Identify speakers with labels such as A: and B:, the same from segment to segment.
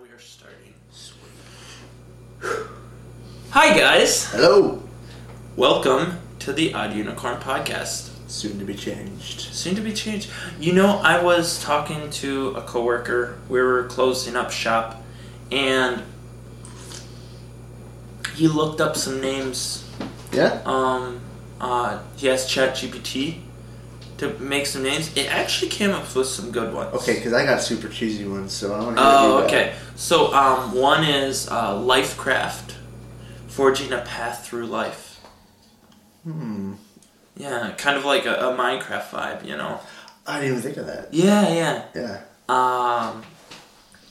A: We're starting. Hi, guys.
B: Hello.
A: Welcome to the Odd Unicorn Podcast.
B: Soon to be changed.
A: Soon to be changed. You know, I was talking to a coworker. We were closing up shop, and he looked up some names.
B: Yeah.
A: Um, uh, he asked ChatGPT to make some names. It actually came up with some good ones.
B: Okay, because I got super cheesy ones, so I want to.
A: Oh, okay. So, um, one is uh, Lifecraft, forging a path through life.
B: Hmm.
A: Yeah, kind of like a, a Minecraft vibe, you know.
B: I didn't even think of that.
A: Yeah,
B: Yeah.
A: yeah. Um,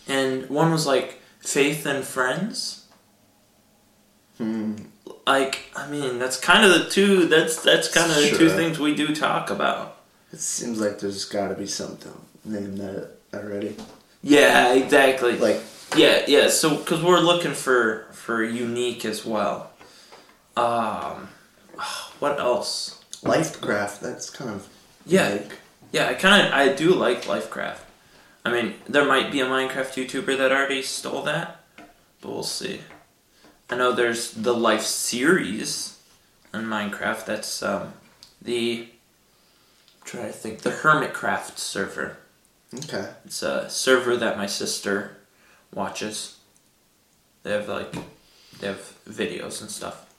A: and one was like Faith and Friends.
B: Hmm.
A: Like, I mean, that's kind of the two. That's that's kind of the two
B: Sure.
A: things we do talk about.
B: It seems like there's got to be something named that already.
A: Yeah, exactly.
B: Like,
A: Yeah, yeah. So, because we're looking for for unique as well. Um, what else?
B: Lifecraft. That's kind of.
A: Yeah.
B: Like,
A: Yeah, I kind of I do like Lifecraft. I mean, there might be a Minecraft YouTuber that already stole that, but we'll see. I know there's the Life series on Minecraft. That's um, the i trying to think the Hermitcraft server.
B: okay.
A: It's a server that my sister watches. They have like they have videos and stuff.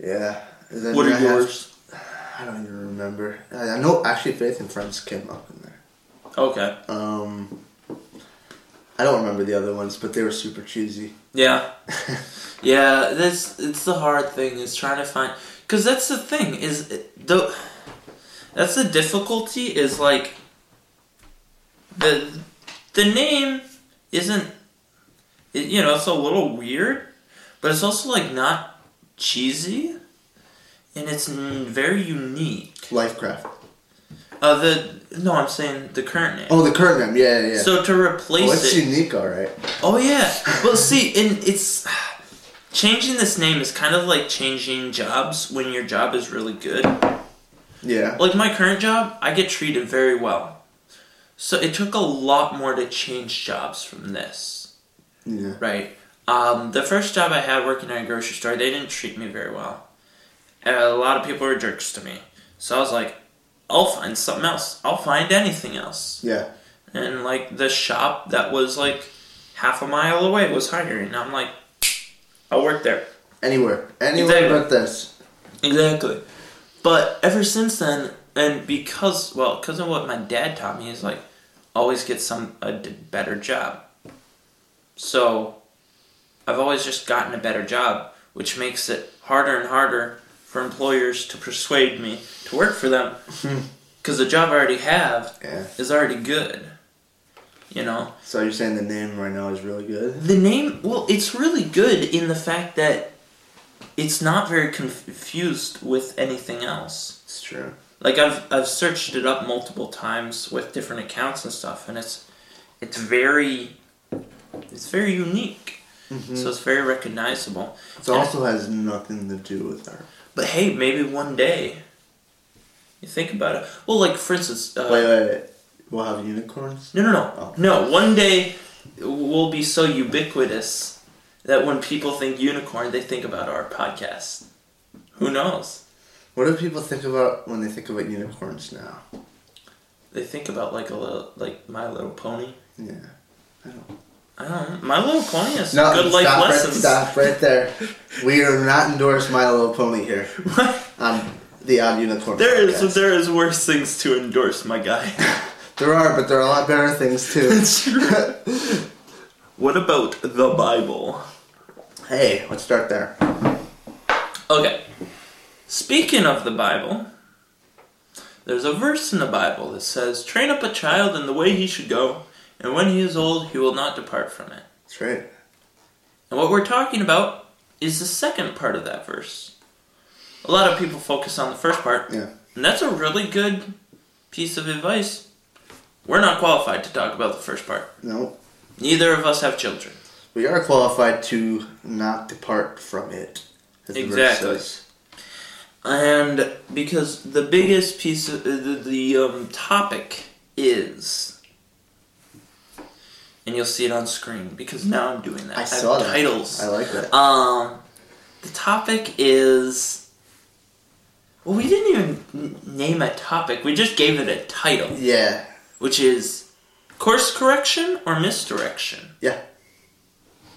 B: Yeah. Then
A: what
B: I
A: are
B: have-
A: yours?
B: I don't even remember. I, I know actually Faith and Friends came up in there.
A: Okay.
B: Um. I don't remember the other ones, but they were super cheesy.
A: Yeah. yeah, that's it's the hard thing is trying to find cuz that's the thing is it- the that's the difficulty is like the the name isn't it, you know, it's a little weird, but it's also like not cheesy and it's n- very unique.
B: Lifecraft.
A: Uh the no, I'm saying the current name.
B: Oh, the current name. Yeah, yeah. yeah.
A: So to replace
B: oh, it's
A: it
B: unique, all right.
A: Oh yeah. Well, see, and it's changing this name is kind of like changing jobs when your job is really good.
B: Yeah.
A: Like my current job, I get treated very well. So it took a lot more to change jobs from this,
B: Yeah.
A: right? Um, the first job I had working at a grocery store, they didn't treat me very well. And a lot of people were jerks to me. So I was like, I'll find something else. I'll find anything else
B: Yeah.
A: and like the shop that was like half a mile away was hiring. I'm like, I'll work there.
B: Anywhere. Anywhere
A: Exactly.
B: but this.
A: Exactly. But ever since then, and because well, because of what my dad taught me is like, always get some a d- better job. So, I've always just gotten a better job, which makes it harder and harder for employers to persuade me to work for them, because the job I already have
B: Yeah.
A: is already good. You know.
B: So you're saying the name right now is really good?
A: The name, well, it's really good in the fact that it's not very confused with anything else.
B: It's true.
A: Like I've I've searched it up multiple times with different accounts and stuff, and it's it's very it's very unique.
B: Mm.
A: So it's very recognizable.
B: It also has nothing to do with our.
A: But hey, maybe one day you think about it. Well, like for instance, uh,
B: Wait, wait, wait. We'll have unicorns?
A: No, no, no.
B: Oh.
A: No, one day we'll be so ubiquitous that when people think unicorn, they think about our podcast. Who knows?
B: What do people think about when they think about unicorns now?
A: They think about like a little, like My Little Pony.
B: Yeah. I don't.
A: I don't know. My Little Pony has some good life
B: stop right,
A: lessons.
B: stop right there. We are not endorsed My Little Pony here on the Odd Unicorn.
A: there is
B: podcast.
A: there is worse things to endorse, my guy.
B: there are, but there are a lot better things too.
A: what about the Bible?
B: hey, let's start there.
A: Okay. Speaking of the Bible, there's a verse in the Bible that says, Train up a child in the way he should go, and when he is old, he will not depart from it.
B: That's right.
A: And what we're talking about is the second part of that verse. A lot of people focus on the first part,
B: Yeah.
A: and that's a really good piece of advice. We're not qualified to talk about the first part.
B: No,
A: Neither of us have children.
B: We are qualified to not depart from it. as the verse
A: Exactly.
B: says.
A: and because the biggest piece of the, the um, topic is and you'll see it on screen because now I'm doing that.
B: I
A: have
B: saw that.
A: titles.
B: I like that.
A: Um, the topic is. Well, we didn't even n- name a topic. We just gave it a title,
B: Yeah.
A: which is course correction or misdirection.
B: Yeah.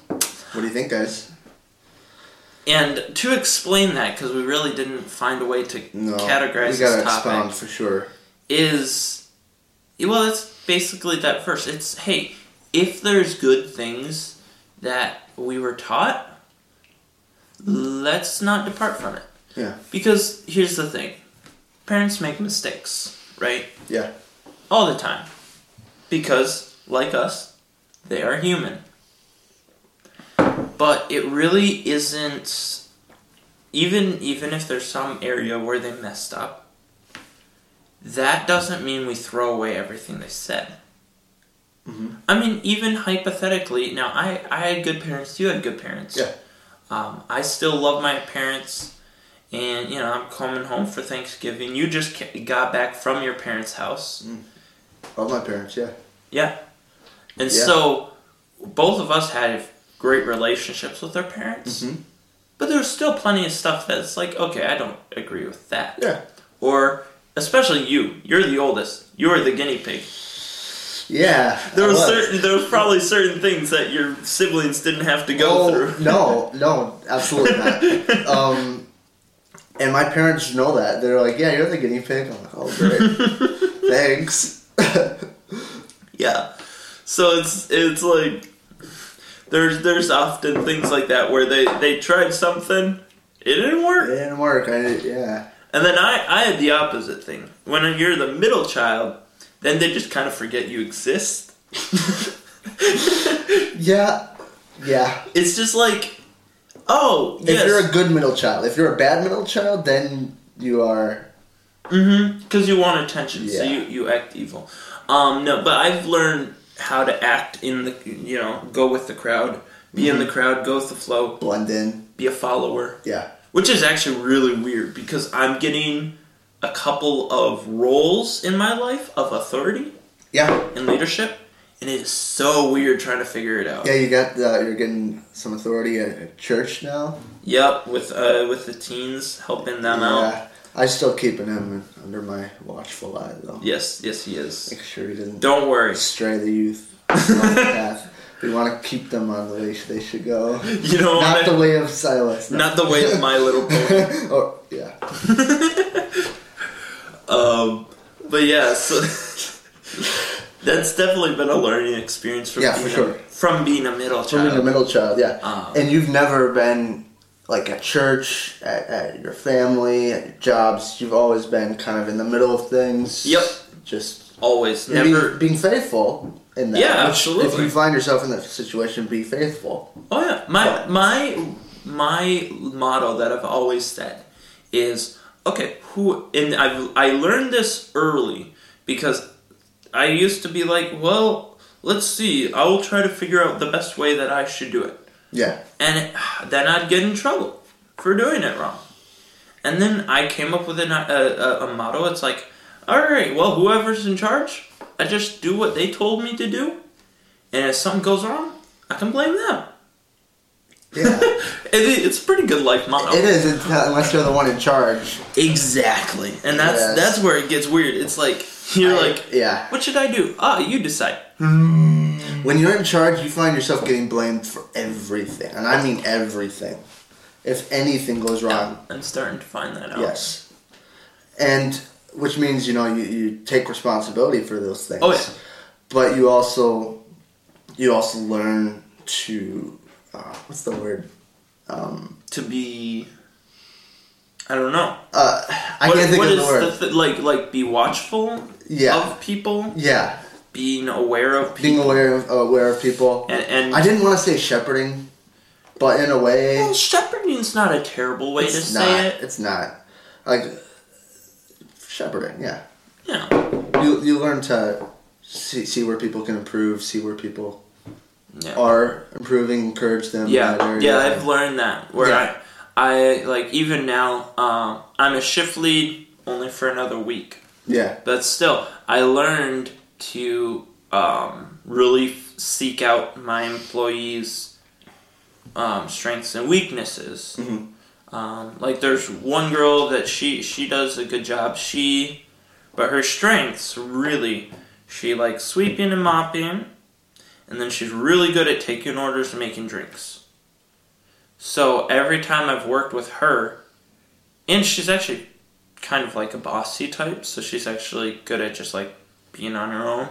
B: What do you think, guys?
A: And to explain that, because we really didn't find a way to
B: No.
A: categorize
B: We
A: this
B: gotta
A: topic,
B: expound for sure.
A: is well, it's basically that first. It's hey, if there's good things that we were taught, let's not depart from it.
B: Yeah.
A: Because here's the thing parents make mistakes, right?
B: Yeah.
A: All the time. Because, like us, they are human. But it really isn't. Even, even if there's some area where they messed up, that doesn't mean we throw away everything they said.
B: Mhm.
A: I mean, even hypothetically, now I, I had good parents, you had good parents.
B: Yeah.
A: Um, I still love my parents, and you know I'm coming home for Thanksgiving. You just ca- got back from your parents' house,
B: All my parents, yeah.
A: yeah, and
B: Yeah.
A: so both of us had great relationships with our parents,
B: Mhm.
A: but there's still plenty of stuff that's like, okay, I don't agree with that,
B: Yeah.
A: or especially you. You're the oldest. You're the guinea pig.
B: Yeah.
A: There
B: I
A: was
B: was.
A: certain, there was probably certain things that your siblings didn't have to go
B: Oh,
A: through.
B: no, no, absolutely not. um, and my parents know that. They're like, yeah, you're the guinea pig. I'm like, oh, great. Thanks.
A: Yeah. So it's it's like there's there's often things like that where they they tried something, it didn't
B: It
A: work,
B: didn't work. I did yeah.
A: and then I I had the opposite thing. When you're the middle child, then they just kind of forget you exist.
B: Yeah. Yeah.
A: it's just like, oh
B: If
A: yes,
B: you're a good middle child, if you're a bad middle child, then you are.
A: because Mm-hmm. you want attention, so
B: Yeah.
A: you you act evil. Um, no, but I've learned how to act in the you know go with the crowd, be in the
B: Mm-hmm.
A: crowd, go with the flow,
B: blend in.
A: be a follower.
B: Yeah.
A: Which is actually really weird because I'm getting a couple of roles in my life of authority
B: Yeah.
A: and leadership, and it is so weird trying to figure it out.
B: Yeah, you got the, you're getting some authority at, at church now.
A: Yep, with uh, with the teens helping them out.
B: Yeah. I'm still keeping him under my watchful eye though.
A: Yes, yes, he is.
B: Make sure he doesn't
A: Don't worry.
B: stray the youth along the path. We want to keep them on the way they should go.
A: You don't
B: Not
A: want
B: the
A: to.
B: way of silence. no.
A: Not the way of My Little Pony.
B: or, yeah.
A: Um, but yeah, so that's definitely been a learning experience from
B: Yeah,
A: being
B: for sure.
A: a, from being a middle
B: From being a
A: child.
B: middle child, yeah.
A: Um,
B: and you've never been like at church, at, at your family, at your jobs. You've always been kind of in the middle of things.
A: Yep.
B: Just
A: Always,
B: and
A: never.
B: being, being faithful in that.
A: Yeah,
B: which If
A: absolutely.
B: you find yourself in that situation, be faithful.
A: Oh yeah, my my my motto that I've always said is okay. Who and I've I learned this early because I used to be like, well, let's see. I will try to figure out the best way that I should do it,
B: Yeah.
A: and it- then I'd get in trouble for doing it wrong. And then I came up with an, a, a, a motto. It's like, all right, well, whoever's in charge, I just do what they told me to do, and if something goes wrong, I can blame them.
B: Yeah.
A: It, it's a pretty good life motto.
B: it is it's not- unless you're the one in charge.
A: Exactly, and that's
B: Yes.
A: that's where it gets weird. It's like you're
B: I-
A: like, hmm.
B: yeah.
A: what should I do? Ah, you decide.
B: When you're in charge, you find yourself getting blamed for everything, and I mean everything. If anything goes wrong,
A: I'm starting to find that out.
B: Um, Yes. And which means, you know, you, you take responsibility for those things.
A: Oh, yeah.
B: But you also you also learn to uh, what's the word?
A: To be, I don't know.
B: Uh, I
A: What-
B: can't think
A: what
B: of the
A: is
B: word.
A: thi- like like be watchful
B: Yeah.
A: of people,
B: yeah.
A: being aware of people,
B: Being aware of aware of people.
A: and, and
B: I didn't want to say shepherding, but in a way
A: well, shepherding's not a terrible way
B: it's
A: to
B: not.
A: say it.
B: It's not. Like shepherding, yeah.
A: Yeah,
B: You you learn to see see where people can improve, see where people
A: yeah.
B: are improving, encourage them. in that
A: Yeah,
B: area.
A: yeah, I've learned that. Where
B: Yeah.
A: I, I like even now, um, I'm a shift lead only for another week,
B: yeah,
A: but still, I learned to um, really f- seek out my employees' um, strengths and weaknesses.
B: Mhm.
A: Um, like there's one girl that she she does a good job. She, but her strengths really, she likes sweeping and mopping, and then she's really good at taking orders and making drinks. So every time I've worked with her, and she's actually kind of like a bossy type, so she's actually good at just like being on her own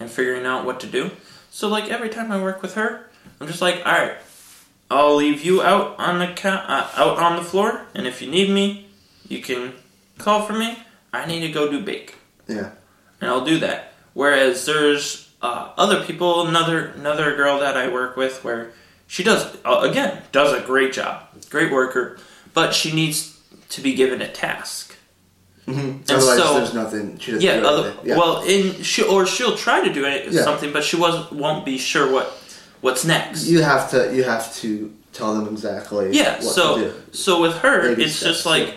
A: and figuring out what to do. So like every time I work with her, I'm just like, all right, I'll leave you out on the co- uh, out on the floor, and if you need me, you can call for me. I need to go do bake,
B: Yeah.
A: and I'll do that. Whereas there's uh, other people, another another girl that I work with, where she does uh, again does a great job, great worker, but she needs to be given a task.
B: Mhm. Otherwise,
A: so-
B: there's nothing. She doesn't
A: Yeah,
B: do
A: other,
B: anything. yeah.
A: well, in she or she'll try to do it,
B: Yeah.
A: something, but she was won't be sure what what's next.
B: you have to. You have to tell them exactly.
A: Yeah,
B: What To
A: so
B: do.
A: so with her,
B: Baby
A: it's
B: steps,
A: just like,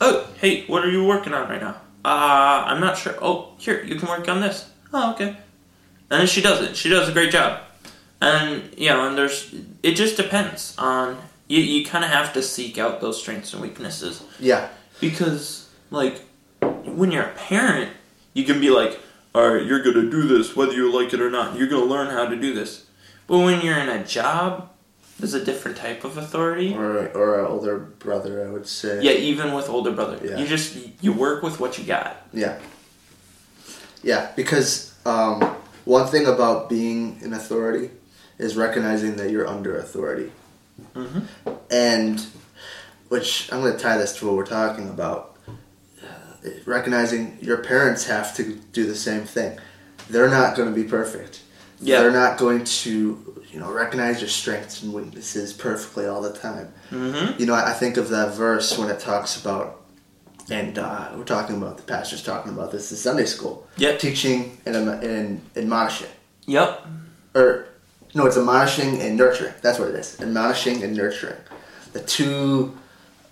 A: oh, hey, what are you working on right now? Uh, I'm not sure. Oh, here, you can work on this. Oh, okay. And then she does it. She does a great job. And you know, and there's it just depends on you. You kind of have to seek out those strengths and weaknesses
B: Yeah.
A: because like when you're a parent, you can be like, all right, you're gonna do this whether you like it or not. You're gonna learn how to do this. But when you're in a job, there's a different type of authority.
B: Or or an older brother, I would say.
A: Yeah, even with older brother,
B: Yeah.
A: you just you work with what you got.
B: Yeah. Yeah, because um, one thing about being an authority is recognizing that you're under authority.
A: Mhm.
B: And, which I'm going to tie this to what we're talking about. Uh, Recognizing your parents have to do the same thing. They're not going to be perfect.
A: Yeah.
B: They're not going to, you know, recognize your strengths and weaknesses perfectly all the time.
A: Mm-hmm.
B: You know, I I think of that verse when it talks about, and uh, we're talking about the pastor's talking about this in Sunday school.
A: Yep.
B: Teaching and admo- and admonishing,
A: Yep.
B: or no, it's admonishing and nurturing. That's what it is. Admonishing and nurturing, the two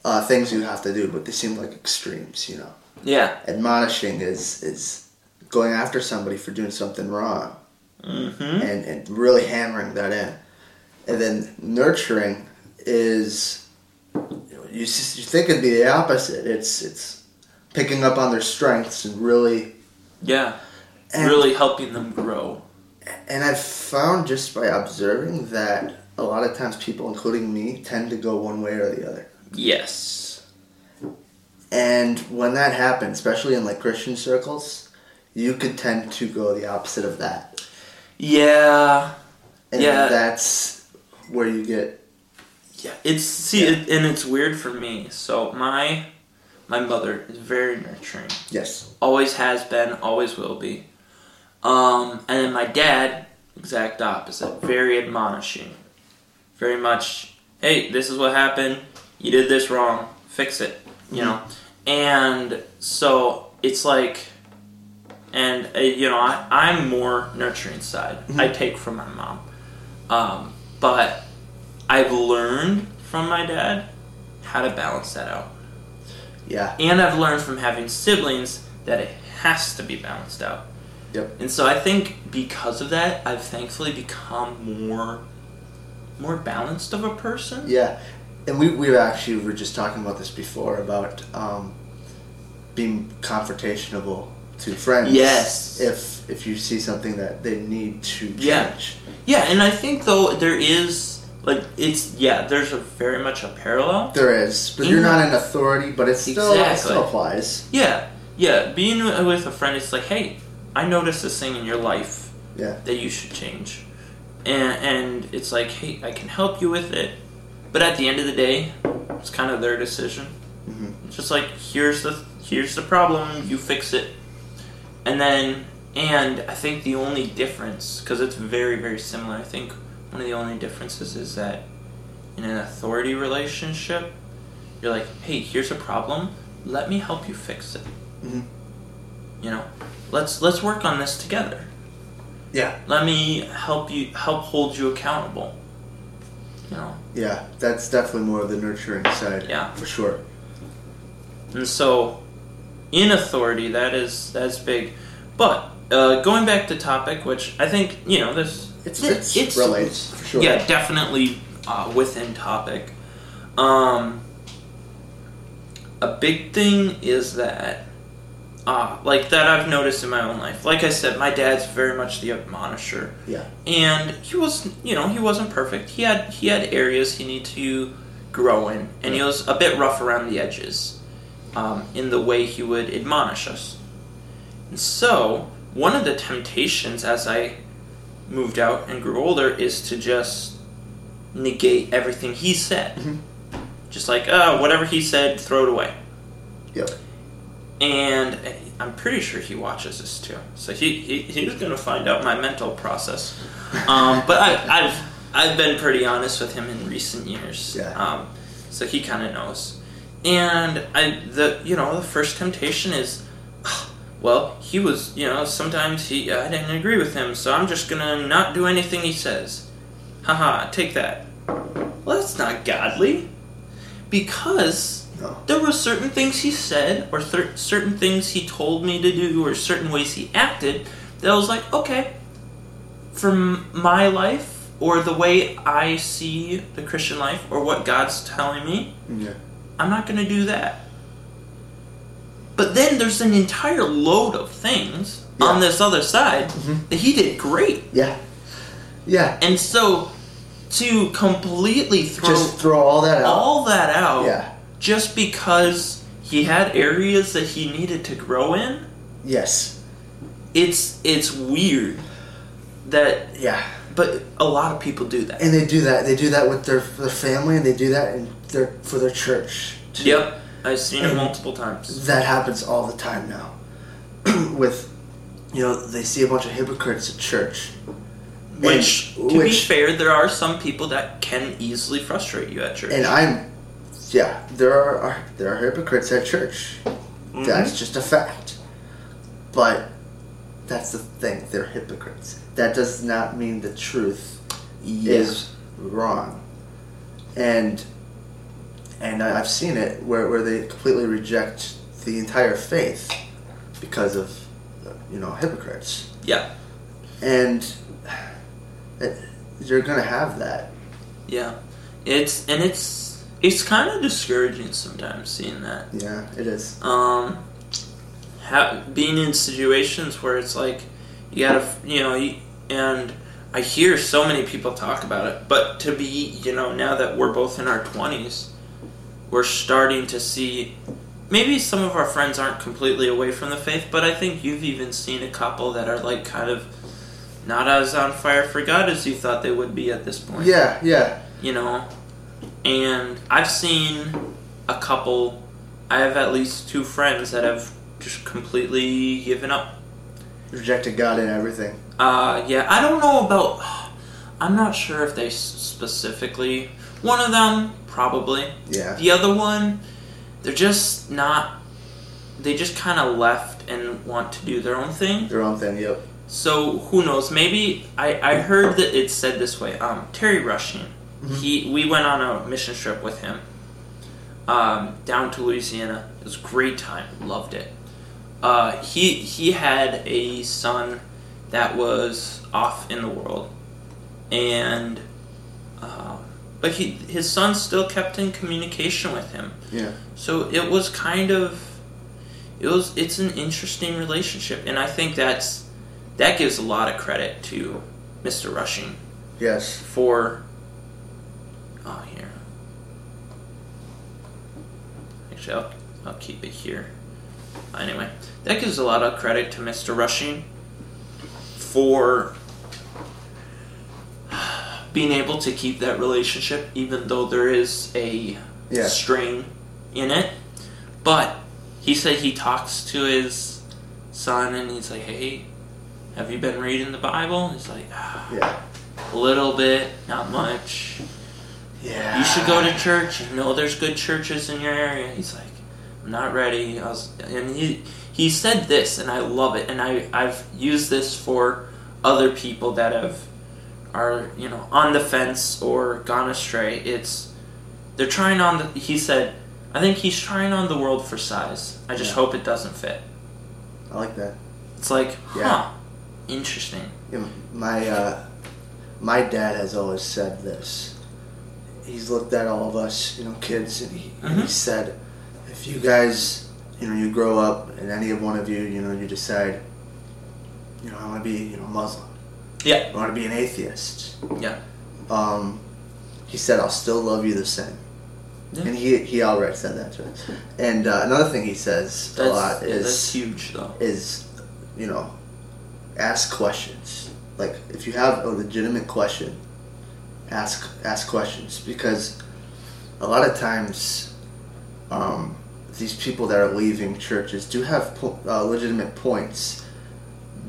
B: uh, things you have to do, but they seem like extremes. You know,
A: Yeah.
B: admonishing is is going after somebody for doing something wrong
A: Mm-hmm.
B: and, and really hammering that in. And then nurturing is you, know, you, s- you think it'd be the opposite. It's it's picking up on their strengths and really
A: Yeah.
B: and,
A: really helping them grow.
B: And I've found just by observing that a lot of times people, including me, tend to go one way or the other.
A: Yes.
B: And when that happens, especially in like Christian circles, you could tend to go the opposite of that.
A: Yeah.
B: And
A: Yeah.
B: that's where you get
A: Yeah. It's see,
B: Yeah.
A: It, and it's weird for me. So my my mother is very nurturing.
B: yes.
A: Always has been. Always will be. Um, and then my dad, exact opposite. Very admonishing. Very much. Hey, this is what happened. You did this wrong. Fix it. You know. And so it's like, and uh, you know, I, I'm more nurturing side. I take from my mom, um, but I've learned from my dad how to balance that out.
B: Yeah.
A: And I've learned from having siblings that it has to be balanced out.
B: Yep.
A: And so I think because of that, I've thankfully become more more balanced of a person.
B: Yeah, and we we actually were just talking about this before about um, being confrontational to friends.
A: Yes.
B: If if you see something that they need to change.
A: Yeah. Yeah, and I think though there is like it's yeah, there's a very much a parallel.
B: There is, but you're not an authority, but it still, it still
A: Mm-hmm. Exactly.
B: applies.
A: Yeah. Yeah, being with a friend it's like, "Hey, I noticed this thing in your life
B: Yeah.
A: that you should change." And and it's like, "Hey, I can help you with it." But at the end of the day, it's kind of their decision.
B: hmm
A: It's just like here's the here's the problem you fix it and then and i think the only difference because it's very very similar i think one of the only differences is that in an authority relationship you're like hey here's a problem let me help you fix it
B: hmm
A: you know let's let's work on this together
B: Yeah.
A: let me help you help hold you accountable you know
B: Yeah. That's definitely more of the nurturing side.
A: Yeah.
B: For sure.
A: And so, in authority, that is that's big. But uh, going back to topic, which I think you know this.
B: It's, it's, relates for sure.
A: Yeah, definitely uh, within topic. Um, a big thing is that, uh, like that I've noticed in my own life. Like I said, my dad's very much the admonisher,
B: Yeah.
A: and he was, you know, he wasn't perfect. He had he had areas he needed to grow in, and he was a bit rough around the edges um, in the way he would admonish us. And so, one of the temptations as I moved out and grew older is to just negate everything he said.
B: Mhm.
A: Just like, oh, whatever he said, throw it away.
B: Yep.
A: And I'm pretty sure he watches this too. So he, he he's going to find out my mental process. Um, but I, I've I've been pretty honest with him in recent years.
B: Yeah.
A: Um, so he kind of knows. And I the you know the first temptation is, "Ah, well he was you know sometimes he I didn't agree with him so I'm just gonna not do anything he says. Haha, take that. Well, that's not godly, because
B: No.
A: there were certain things he said or cer- certain things he told me to do or certain ways he acted that I was like, okay, for m- my life or the way I see the Christian life or what God's telling me,
B: Yeah.
A: I'm not going to do that. But then there's an entire load of things on
B: Yeah.
A: this other side
B: Mhm.
A: that he did great.
B: Yeah. Yeah.
A: And so to completely throw
B: Just throw all that out.
A: all that out
B: Yeah.
A: just because he had areas that he needed to grow in
B: Yes.
A: it's it's weird that
B: Yeah.
A: but a lot of people do that
B: And they do that. They do that with their their family, and they do that in their for their church. too.
A: yep i've seen it
B: And-
A: multiple times
B: That happens all the time now. with, you know, they see a bunch of hypocrites at church.
A: which to be
B: which-
A: fair there are some people that can easily frustrate you at church
B: And I'm, yeah, there are, are there are hypocrites at church.
A: Mhm.
B: That's just a fact. But that's the thing; they're hypocrites. That does not mean the truth
A: Yeah.
B: is wrong. And and I- I've seen it where where they completely reject the entire faith because of you know hypocrites
A: yeah
B: and it, you're gonna have that.
A: yeah it's and it's it's kind of discouraging sometimes seeing that
B: Yeah, it is.
A: um, ha- being in situations where it's like you gotta f- you know you, and i hear so many people talk about it but to be you know now that we're both in our 20s we're starting to see maybe some of our friends aren't completely away from the faith but i think you've even seen a couple that are like kind of not as on fire for god as you thought they would be at this point
B: Yeah, yeah,
A: you know and i've seen a couple i have at least two friends that have just completely given up
B: rejected God in everything.
A: uh yeah i don't know about i'm not sure if they s- specifically one of them probably
B: Yeah,
A: the other one they're just not they just kind of left and want to do their own thing
B: their own thing. Yep.
A: so who knows? Maybe I, I heard that it said this way. Um, Terry Rushing,
B: Mhm.
A: he we went on a mission trip with him um, down to Louisiana. It was a great time. Loved it. Uh, he he had a son that was off in the world, and um, but he his son still kept in communication with him.
B: Yeah,
A: So it was kind of it was it's an interesting relationship and I think that's that gives a lot of credit to Mr. Rushing
B: yes.
A: for oh here. Actually I'll I'll keep it here. Anyway, that gives a lot of credit to Mr. Rushing for being able to keep that relationship even though there is a
B: Yeah,
A: string in it. But he said he talks to his son and he's like, hey, have you been reading the Bible? And he's like, "Ah,
B: yeah,
A: a little bit, not much.
B: yeah.
A: You should go to church. You know there's good churches in your area. He's like, I'm not ready. I was, and he he said this, and I love it. And I I've used this for other people that have are you know on the fence or gone astray. It's they're trying on. The, he said, I think he's trying on the world for size. I just
B: Yeah.
A: hope it doesn't fit.
B: I like that.
A: It's like, huh?
B: Yeah.
A: Interesting.
B: You know, my uh, my dad has always said this. He's looked at all of us, you know, kids, and he, and he
A: Mhm.
B: said, if you guys, you know, you grow up, and any of one of you, you know, you decide, you know, I want to be, you know, Muslim.
A: Yeah.
B: I want to be an atheist.
A: Yeah.
B: Um, he said, I'll still love you the same.
A: Yeah.
B: And he he already said that to us. And uh, another thing he says
A: That's,
B: a lot
A: yeah, that's
B: is
A: huge though.
B: is you know ask questions like if you have a legitimate question ask ask questions because a lot of times um, these people that are leaving churches do have po- uh, legitimate points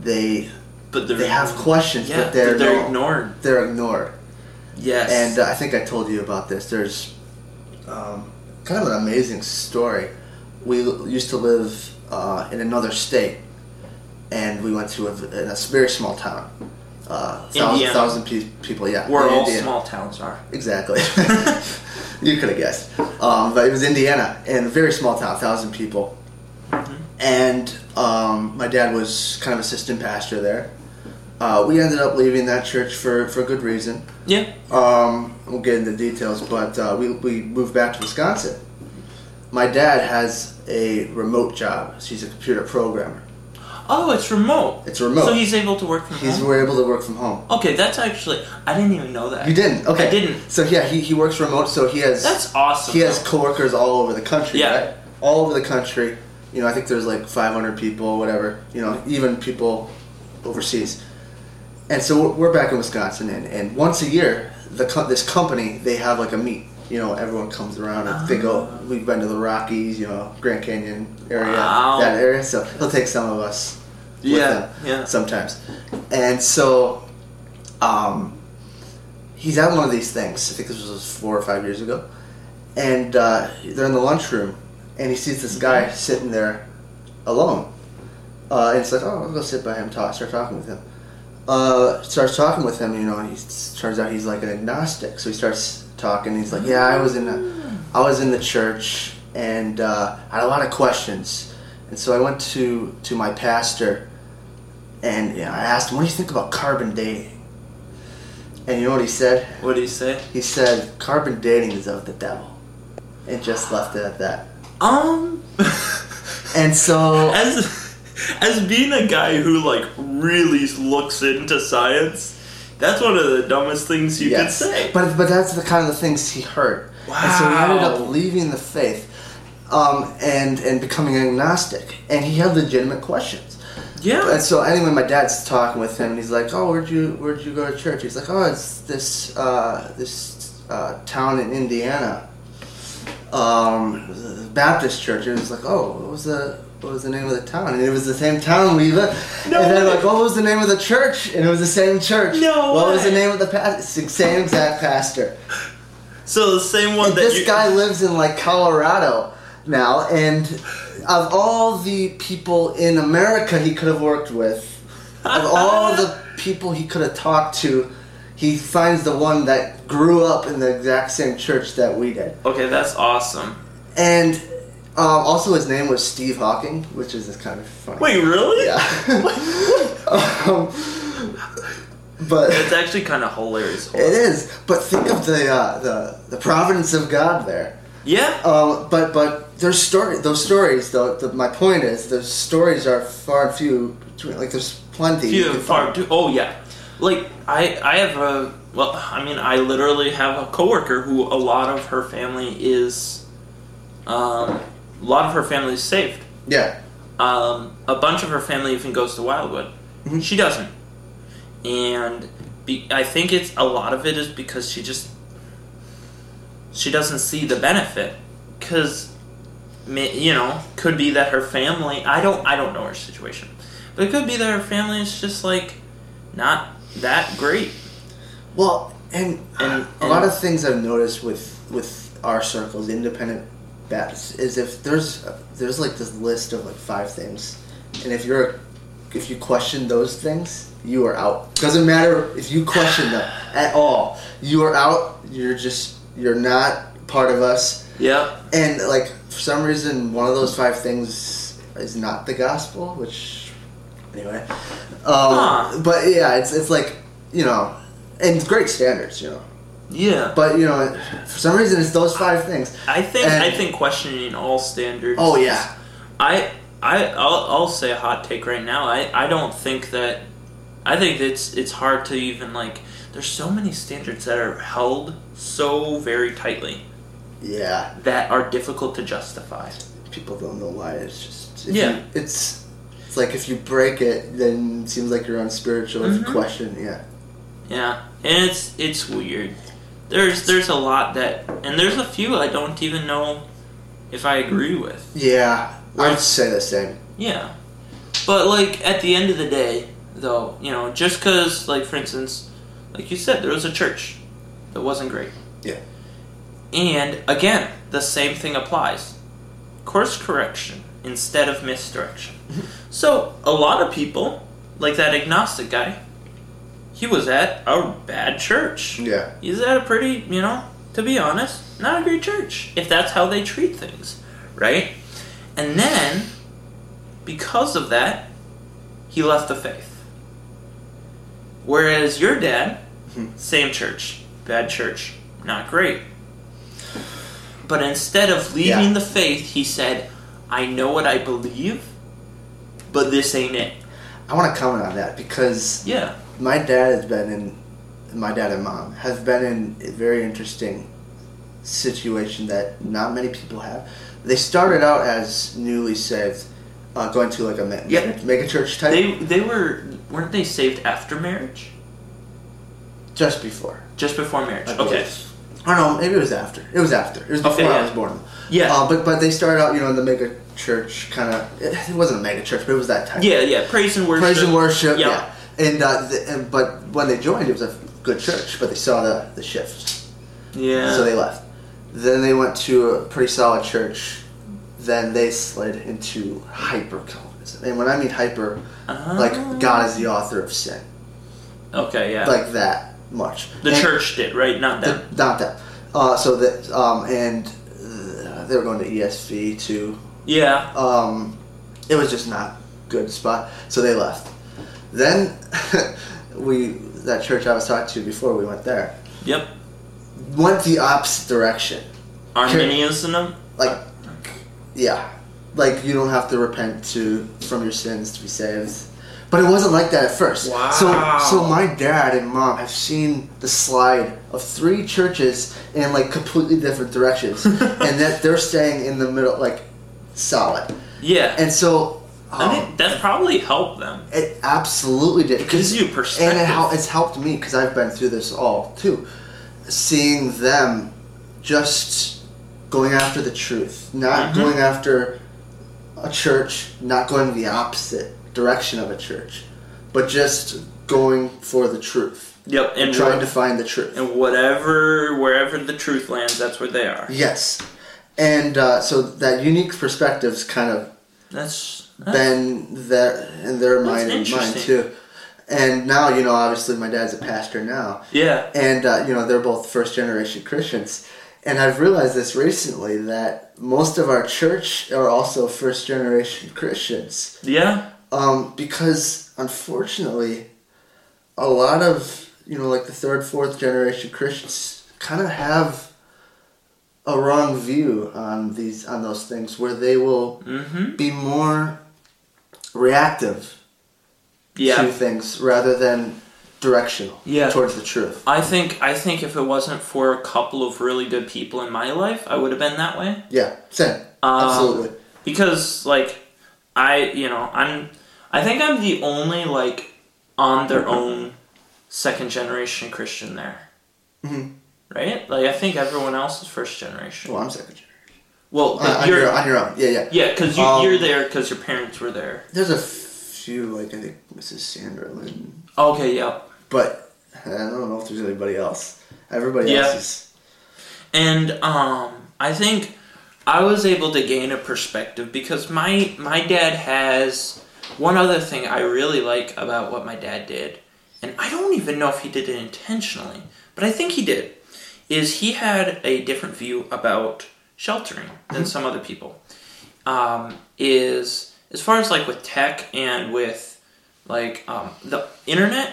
B: they
A: But they're,
B: they have questions
A: yeah,
B: but they're, no-
A: ignored.
B: they're ignored
A: Yes.
B: and uh, I think I told you about this. There's um, kind of an amazing story. We l- used to live uh, in another state, and we went to a, in a very small town. Uh, thousand,
A: Indiana.
B: thousand pe- people, yeah.
A: where
B: in
A: all
B: Indiana.
A: small towns are.
B: Exactly. you could have guessed. Um, but it was Indiana, and a very small town, 1,000 people.
A: Mm-hmm.
B: And um, my dad was kind of assistant pastor there. Uh, we ended up leaving that church for, for good reason.
A: Yeah.
B: Um, we'll get into details, but uh, we, we moved back to Wisconsin. My dad has a remote job. She's a computer programmer.
A: Oh, it's remote.
B: It's remote.
A: So he's able to work from
B: He's
A: home.
B: we're able to work from home.
A: okay, that's actually I didn't even know that.
B: You didn't? Okay.
A: I didn't.
B: So yeah, he, he works remote. So he has
A: That's awesome.
B: he has
A: though.
B: coworkers all over the country.
A: Yeah.
B: Right? All over the country. You know, I think there's like 500 people, whatever. You know, even people overseas. And so we're- we're back in Wisconsin, and, and once a year, the co- this company they have like a meet. You know, everyone comes around and they go.
A: Ah.
B: We've been to the Rockies, you know, Grand Canyon area,
A: Wow.
B: that area. So he'll take some of us. with
A: Yeah,
B: him
A: yeah.
B: Sometimes, and so, um, he's at one of these things. I think this was four or five years ago, and uh, they're in the lunchroom, and he sees this guy sitting there alone, uh, and it's like, oh, I'll go sit by him, talk, start talking with him. Uh, starts talking with him, you know, and he s- turns out he's like an agnostic. So he starts talking. He's like, yeah, I was in, a, I was in the church, and uh, I had a lot of questions, and so I went to to my pastor, and you know, I asked him, what do you think about carbon dating? And you know what he said?
A: What do you say?
B: He said, carbon dating is of the devil. And just left it at that.
A: Um.
B: And so,
A: as as being a guy who like really looks into science, that's one of the dumbest things you
B: yes.
A: could say.
B: But, but that's the kind of the things he heard. And so he ended
A: Wow.
B: up leaving the faith um, and, and becoming agnostic. And he had legitimate questions.
A: yeah.
B: And so anyway, my dad's talking with him, and he's like, "Oh, where'd you where'd you go to church?" He's like, "Oh, it's this uh, this uh, town in Indiana, um, it was a Baptist church." And he's like, "Oh, what was the what was the name of the town?" And it was the same town we lived.
A: No
B: and they're
A: way.
B: like, "What was the name of the church?" And it was the same church.
A: No
B: What was
A: way.
B: the name of the pastor? Same exact pastor.
A: So the same one
B: And
A: Oh, that
B: this
A: you,
B: guy lives in like Colorado now, and of all the people in America he could have worked with, of all the people he could have talked to, he finds the one that grew up in the exact same church that we did.
A: Okay, that's awesome.
B: And uh, also, his name was Steve Hawking, which is kind of funny.
A: Wait, really?
B: yeah. um, but
A: It's actually kind of hilarious.
B: it is. But think of the uh, the the providence of God there.
A: Yeah.
B: Um, but but there's story those stories though. The, my point is those stories are far and few between. Like there's plenty.
A: Few
B: you can
A: and far
B: find.
A: too. Oh yeah. Like I, I have a. Well, I mean, I literally have a coworker who a lot of her family is, um, a lot of her family is saved.
B: Yeah.
A: Um, a bunch of her family even goes to Wildwood. She doesn't, and be, I think it's a lot of it is because she just she doesn't see the benefit because you know could be that her family I don't I don't know her situation, but it could be that her family is just like not that great.
B: Well, and, uh,
A: And-
B: a lot
A: and-
B: of things I've noticed with with our circles, independent Baptists, is if there's there's like this list of like five things, and if you're if you question those things, you are out. Doesn't matter if you question them at all. You are out. You're just you're not part of us.
A: Yeah.
B: And like for some reason, one of those five things is not the gospel, which anyway. Um,
A: Huh.
B: But yeah, it's it's like you know, and great standards, you know.
A: Yeah.
B: But you know, for some reason, it's those five things.
A: I think
B: And-
A: I think questioning all standards.
B: Oh yeah,
A: I I I'll, I'll say a hot take right now. I I don't think that I think it's it's hard to even like there's so many standards that are held so very tightly
B: yeah.
A: that are difficult to justify.
B: People don't know why. It's just if
A: Yeah.
B: You, it's it's like if you break it, then it seems like you're unspiritual. If
A: Mhm.
B: you question, yeah,
A: Yeah. And it's it's weird. There's there's a lot that and there's a few I don't even know if I agree with.
B: yeah. I
A: Right.
B: would say the same.
A: Yeah. But like at the end of the day, though, you know, just cuz like for instance, like you said there was a church that wasn't great.
B: Yeah.
A: And again, the same thing applies. Course correction instead of misdirection. so, a lot of people, like that agnostic guy, he was at a bad church.
B: Yeah,
A: He's at a pretty, you know, to be honest, not a great church, if that's how they treat things, right? And then, because of that, he left the faith. Whereas your dad,
B: Mhm.
A: same church, bad church, not great. But instead of leaving
B: Yeah.
A: the faith, he said, I know what I believe, but this ain't it.
B: I want to comment on that because
A: Yeah.
B: my dad has been in my dad and mom have been in a very interesting situation that not many people have they started out as newly saved uh, going to like a ma-
A: Yep.
B: mega, mega church type
A: They, they were, weren't they saved after marriage?
B: just before
A: Just before marriage.
B: I
A: Okay.
B: believe. i don't know maybe it was after it was after it was before
A: Okay,
B: i
A: yeah.
B: was born
A: Yeah.
B: uh, but but they started out you know in the mega church kind of it, it wasn't a mega church but it was that type
A: Yeah, yeah, praise and worship.
B: praise and worship
A: Yeah.
B: yeah, and uh, the, and but when they joined it was a good church but they saw the the shift
A: Yeah.
B: So they left. Then they went to a pretty solid church. Then they slid into hyper Calvinism. And when I mean hyper,
A: Ah.
B: like God is the author of sin.
A: Okay, yeah.
B: Like that much.
A: the
B: And-
A: church did, right? Not
B: the-
A: them.
B: not that. Uh, so that, um, and uh, they were going to ESV too.
A: yeah.
B: Um, it was just not good spot. So they left. Then we, that church I was talking to before we went there,
A: Yep.
B: went the opposite direction.
A: Arminianism.
B: like yeah like you don't have to repent to from your sins to be saved but it wasn't like that at first
A: Wow.
B: so so my dad and mom have seen the slide of three churches in like completely different directions and that they're staying in the middle like solid
A: Yeah.
B: and so um,
A: I think that probably helped them.
B: it absolutely did
A: It gives you perspective.
B: and it hel- it's helped me because I've been through this all too. Seeing them just going after the truth, not
A: Mhm.
B: going after a church, not going the opposite direction of a church, but just going for the truth,
A: Yep. And
B: trying
A: what-
B: to find the truth.
A: and whatever wherever the truth lands, that's where they are.
B: yes, and uh, so that unique perspective's kind of
A: That's, that's
B: been there in their
A: That's
B: mind and mine
A: interesting.
B: too. And now, you know, obviously my dad's a pastor now.
A: yeah.
B: and uh, you know they're both first generation christians and i've realized this recently that most of our church are also first generation christians
A: Yeah.
B: um, because unfortunately a lot of you know like the third fourth generation christians kind of have a wrong view on these on those things where they will
A: Mm-hmm.
B: be more reactive to
A: Yeah.
B: things rather than directional
A: Yeah.
B: towards the truth
A: I think I think if it wasn't for a couple of really good people in my life, I would have been that way.
B: yeah same
A: Um,
B: absolutely
A: because like I you know I'm I think I'm the only like on their own second generation Christian there.
B: Mhm.
A: Right? Like I think everyone else is first generation.
B: Well, I'm second generation.
A: Well,
B: On, on
A: you're
B: your, on your own. um, Yeah, yeah.
A: yeah, because you,
B: Um,
A: you're there because your parents were there.
B: There's a few, like, I think Mrs. Sandra Lynn.
A: Okay, yeah.
B: But I don't know if there's anybody else. Everybody
A: Yeah.
B: else is.
A: And um, I think I was able to gain a perspective because my my dad has one other thing I really like about what my dad did, and I don't even know if he did it intentionally, but I think he did. Is he had a different view about sheltering than some other people. Um, is as far as like with tech and with like um, the internet.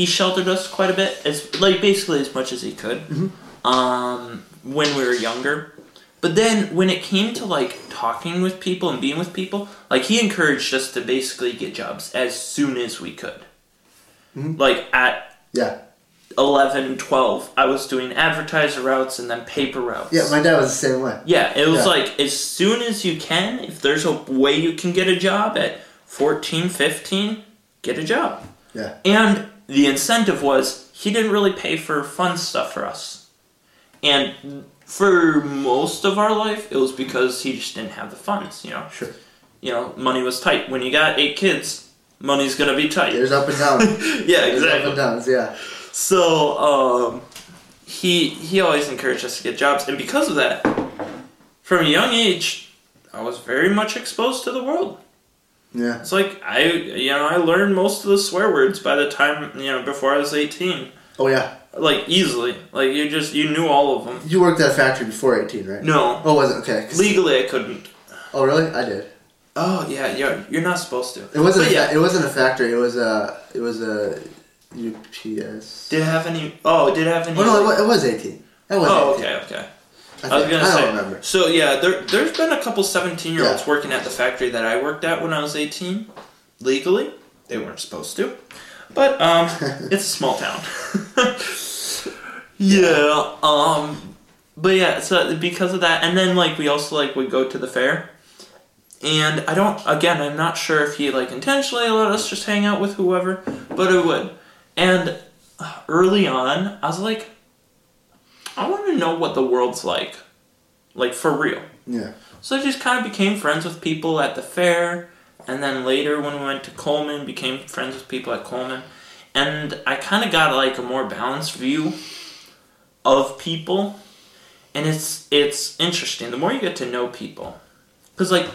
A: He sheltered us quite a bit, as like basically as much as he could, um, when we were younger. But then when it came to like talking with people and being with people, like he encouraged us to basically get jobs as soon as we could. Like at
B: Yeah.
A: 11, 12, I was doing advertiser routes and then paper routes.
B: Yeah, my dad was the same way.
A: Yeah, it was
B: Yeah.
A: like as soon as you can, if there's a way you can get a job at 14, 15, get a job.
B: Yeah.
A: And the incentive was he didn't really pay for fun stuff for us. And for most of our life, it was because he just didn't have the funds, you know.
B: Sure.
A: You know, money was tight. When you got eight kids, money's going to be tight.
B: There's up and down.
A: yeah,
B: There's up
A: exactly.
B: and downs, yeah.
A: So um, he he always encouraged us to get jobs, and because of that, from a young age, I was very much exposed to the world.
B: Yeah.
A: It's like I you know I learned most of the swear words by the time you know before I was eighteen,
B: Oh, yeah.
A: like easily. Like you just you knew all of them.
B: You worked at a factory before 18, right?
A: No,
B: Oh, was it? Okay. 'cause-
A: legally I couldn't.
B: oh, really? I did.
A: Oh yeah, you're you're not supposed to.
B: It wasn't.
A: But
B: a,
A: yeah.
B: It wasn't a factory. It was a. It was a UPS.
A: Did it have any? Oh, did it have any?
B: Oh no! It was, it was 18. That was.
A: oh
B: 18,
A: okay, okay.
B: I,
A: I was
B: think.
A: gonna
B: I
A: say.
B: don't remember.
A: So yeah, there there's been a couple 17 year olds working at the factory that I worked at when I was 18, legally. They weren't supposed to, but um, it's a small town. yeah. Um. But yeah, so because of that, and then like we also like would go to the fair, and I don't. Again, I'm not sure if he like intentionally let us just hang out with whoever, but it would. And uh, early on, I was like, I want to know what the world's like, like for real.
B: Yeah.
A: So I just kind of became friends with people at the fair, and then later when we went to Coleman, became friends with people at Coleman, and I kind of got like a more balanced view of people, and it's it's interesting. The more you get to know people, because like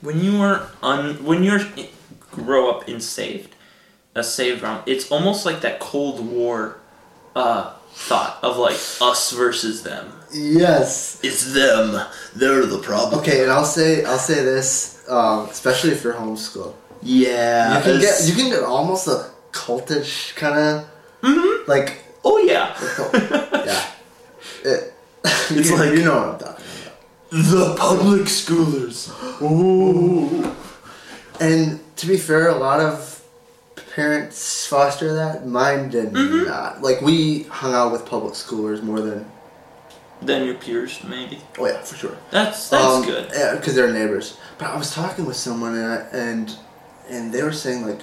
A: when you are un when you're eh, grow up in saved a saved round, it's almost like that Cold War uh, thought of like us versus them.
B: Yes.
A: It's them. They're the problem.
B: Okay, and I'll say I'll say this, um, especially if you're homeschooled,
A: Yeah.
B: you can get
A: it's-
B: you can get almost a cultish kind of
A: Mhm.
B: like
A: Oh yeah.
B: yeah. It,
A: It's
B: you,
A: like-
B: you know what I'm talking about.
A: the public schoolers. Ooh.
B: And to be fair, a lot of parents foster that. Mine did
A: Mm-hmm.
B: not. Like we hung out with public schoolers more than
A: Then your peers, maybe.
B: oh yeah for sure.
A: That's that's
B: Um,
A: good.
B: Yeah, because they're neighbors. But I was talking with someone and I, and and they were saying like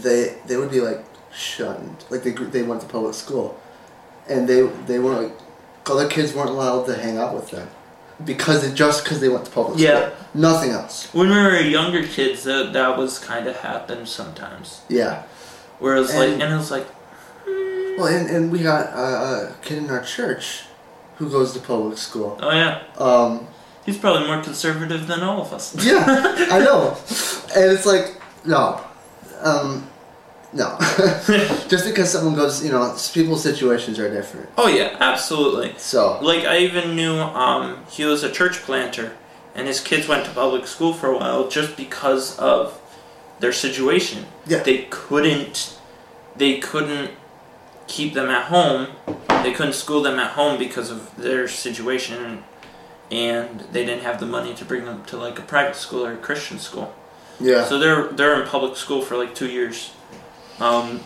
B: they they would be like shunned, like they gr- they went to public school, and they they weren't like other kids weren't allowed to hang out with them because they, just because they went to public
A: Yeah.
B: school, nothing else.
A: When we were younger kids, that that was kind of happened sometimes.
B: Yeah.
A: Where it was like,
B: And-
A: and it was like,
B: Well, and and we got a, a kid in our church who goes to public school.
A: oh yeah,
B: Um,
A: he's probably more conservative than all of us.
B: Yeah, I know. And it's like, no. Um, no. Just because someone goes, you know, s- people's situations are different.
A: oh yeah, absolutely.
B: So,
A: Like I even knew um, he was a church planter, and his kids went to public school for a while just because of their situation.
B: Yeah.
A: They couldn't, they couldn't keep them at home. They couldn't school them at home because of their situation, and they didn't have the money to bring them to like a private school or a Christian school.
B: yeah.
A: So they're they're in public school for like two years. Um,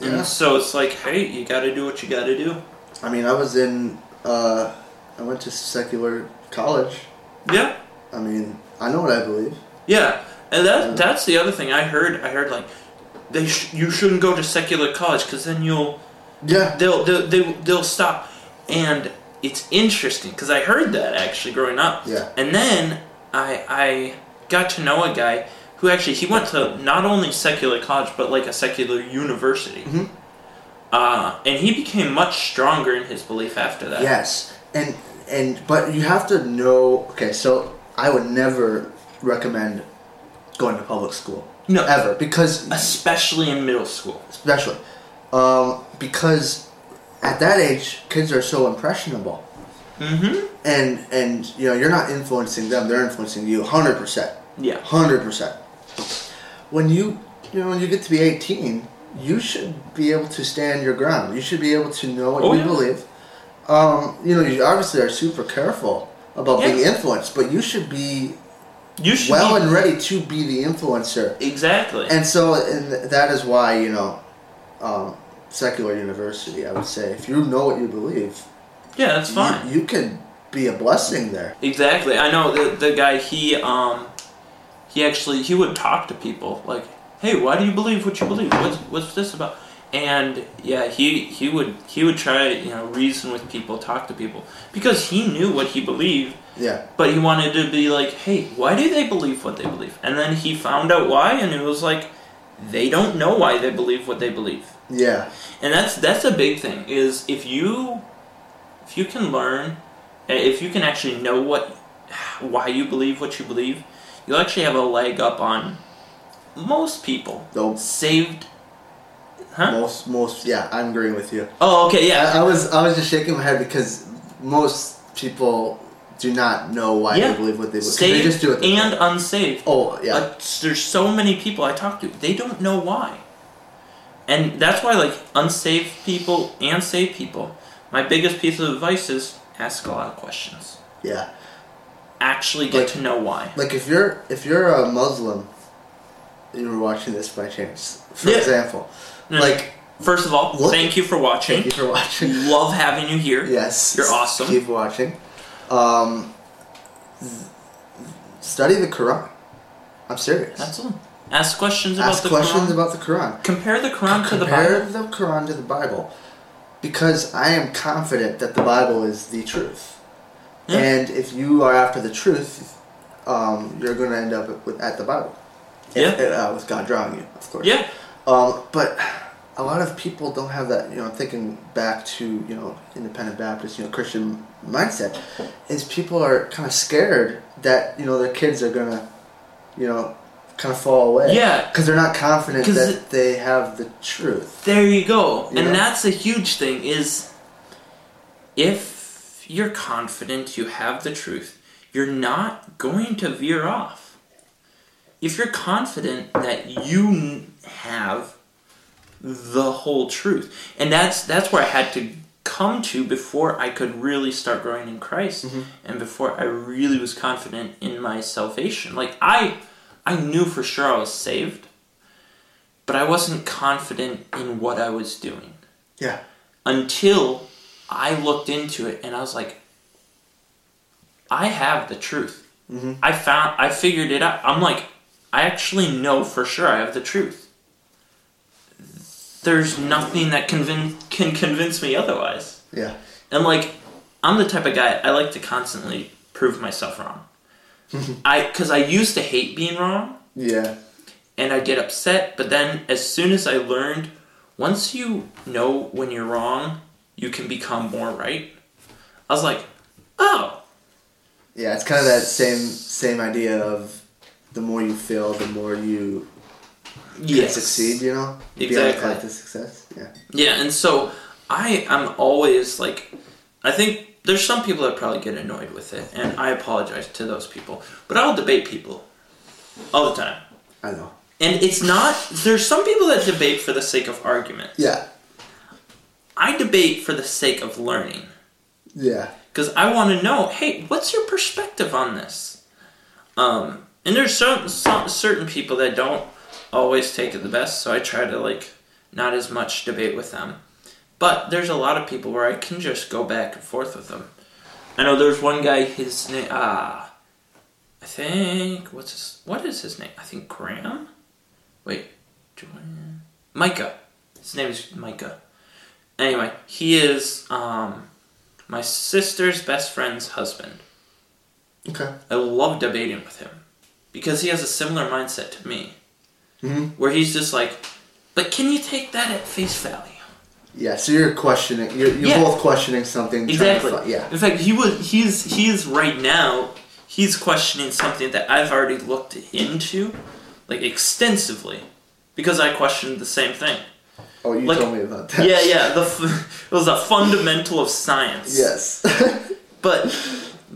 A: and
B: Yeah.
A: so it's like, hey, you got to do what you got to do.
B: I mean, I was in, uh, I went to secular college.
A: Yeah.
B: I mean, I know what I believe.
A: Yeah, and
B: Mm.
A: that that's the other thing I heard. I heard like they sh- you shouldn't go to secular college because then you'll
B: Yeah.
A: they'll they'll they'll, they'll stop. And it's interesting because I heard that actually growing up.
B: Yeah.
A: And then I I got to know a guy who actually he went to not only secular college but like a secular university.
B: Mhm.
A: Uh, and he became much stronger in his belief after that.
B: Yes. And, and, but you have to know, okay, so I would never recommend going to public school.
A: No.
B: Ever. Because
A: Especially in middle school.
B: especially um, because at that age kids are so impressionable
A: Mm-hmm.
B: and and you know you're not influencing them they're influencing you 100%
A: Yeah.
B: 100% when you you know when you get to be 18 you should be able to stand your ground you should be able to know what
A: Oh,
B: you
A: yeah.
B: believe um, you know you obviously are super careful about being
A: Yeah.
B: influenced but you should be
A: You should
B: well
A: be,
B: and ready to be the influencer
A: exactly.
B: and so and th- that is why you know um, secular university i would say if you know what you believe
A: yeah, that's fine.
B: you, you can be a blessing there
A: Exactly. I know the the guy he um he actually he would talk to people like, "Hey, why do you believe what you believe? What's what's this about?" And yeah, he he would he would try, you know, reason with people, talk to people because he knew what he believed,
B: yeah
A: but he wanted to be like, "Hey, why do they believe what they believe?" And then he found out why and it was like they don't know why they believe what they believe
B: yeah
A: and that's that's a big thing is if you if you can learn eh, if you can actually know what why you believe what you believe you'll actually have a leg up on most people
B: though
A: saved huh
B: most most yeah i'm agreeing with you
A: oh okay yeah
B: I, I was I was just shaking my head because most people do not know why
A: Yeah.
B: they believe what they believe. 'cause They
A: saved
B: just do it.
A: and unsaved
B: oh yeah,
A: Uh, there's so many people I talk to. They don't know why. And that's why, like, unsaved people and saved people, my biggest piece of advice is ask a lot of questions.
B: yeah.
A: Actually get
B: Like-
A: to know why.
B: Like if you're if you're a Muslim, you were watching this by chance. For
A: Yeah.
B: example,
A: No,
B: like
A: First of all,
B: Look-
A: thank you for watching.
B: thank you for watching.
A: Love having you here.
B: Yes,
A: You're awesome.
B: Keep watching. Um, study the Quran. I'm serious.
A: That's all. Ask questions about
B: Ask
A: the
B: questions
A: Quran.
B: about the Quran.
A: Compare the Quran to the
B: compare
A: Bible.
B: the Quran to the Bible because I am confident that the Bible is the truth.
A: Yeah.
B: And if you are after the truth, um, you're going to end up with, at the Bible. If- uh, with God drawing you, of course.
A: Yeah.
B: Um, but a lot of people don't have that, you know, thinking back to, you know, independent Baptist, you know, Christian mindset, is people are kind of scared that, you know, their kids are going to, you know, kind of fall away.
A: Yeah.
B: Because they're not confident
A: 'Cause
B: that
A: it-
B: they have the truth.
A: There you go.
B: Yeah.
A: And that's a huge thing is if you're confident you have the truth, you're not going to veer off. If you're confident that you n- have the whole truth. And that's that's where I had to come to before I could really start growing in Christ and before I really was confident in my salvation. Like I I knew for sure I was saved, but I wasn't confident in what I was doing
B: Yeah.
A: until I looked into it and I was like, I have the truth.
B: Mhm.
A: I found, I figured it out. I'm like, I actually know for sure I have the truth. There's nothing that convin- can convince me otherwise.
B: Yeah.
A: And like, I'm the type of guy I like to constantly prove myself wrong. I because I used to hate being wrong,
B: Yeah.
A: and I get upset. But then, as soon as I learned, once you know when you're wrong, you can become more right. I was like, oh,
B: Yeah. It's kind of that same same idea of the more you fail, the more you
A: yes,
B: succeed. You know, Be on
A: Exactly.
B: the path to success. Yeah.
A: Yeah, and so I am always like, I think there's some people that probably get annoyed with it, and I apologize to those people. But I'll debate people all the time,
B: I know.
A: and it's not. There's some people that debate for the sake of argument.
B: Yeah.
A: I debate for the sake of learning.
B: Yeah.
A: because I want to know, hey, what's your perspective on this? Um, and there's certain some, certain people that don't always take it the best, so I try to like not as much debate with them. But there's a lot of people where I can just go back and forth with them. I know there's one guy, his name, ah, I think what's his, what is his name? I think Graham. Wait, Joanne- Micah. His name is Micah. Anyway, he is um, my sister's best friend's husband.
B: Okay.
A: I love debating with him because he has a similar mindset to me,
B: Mhm.
A: where he's just like, "But can you take that at face value?"
B: Yeah. So you're questioning. You're, you're
A: Yeah.
B: both questioning something. trying to
A: Exactly.
B: fi- yeah.
A: In fact, he was. He's. He is right now. He's questioning something that I've already looked into, like extensively, because I questioned the same thing.
B: Oh, you
A: Like-
B: told me about that.
A: yeah, yeah. The f- it was a fundamental of science.
B: Yes.
A: But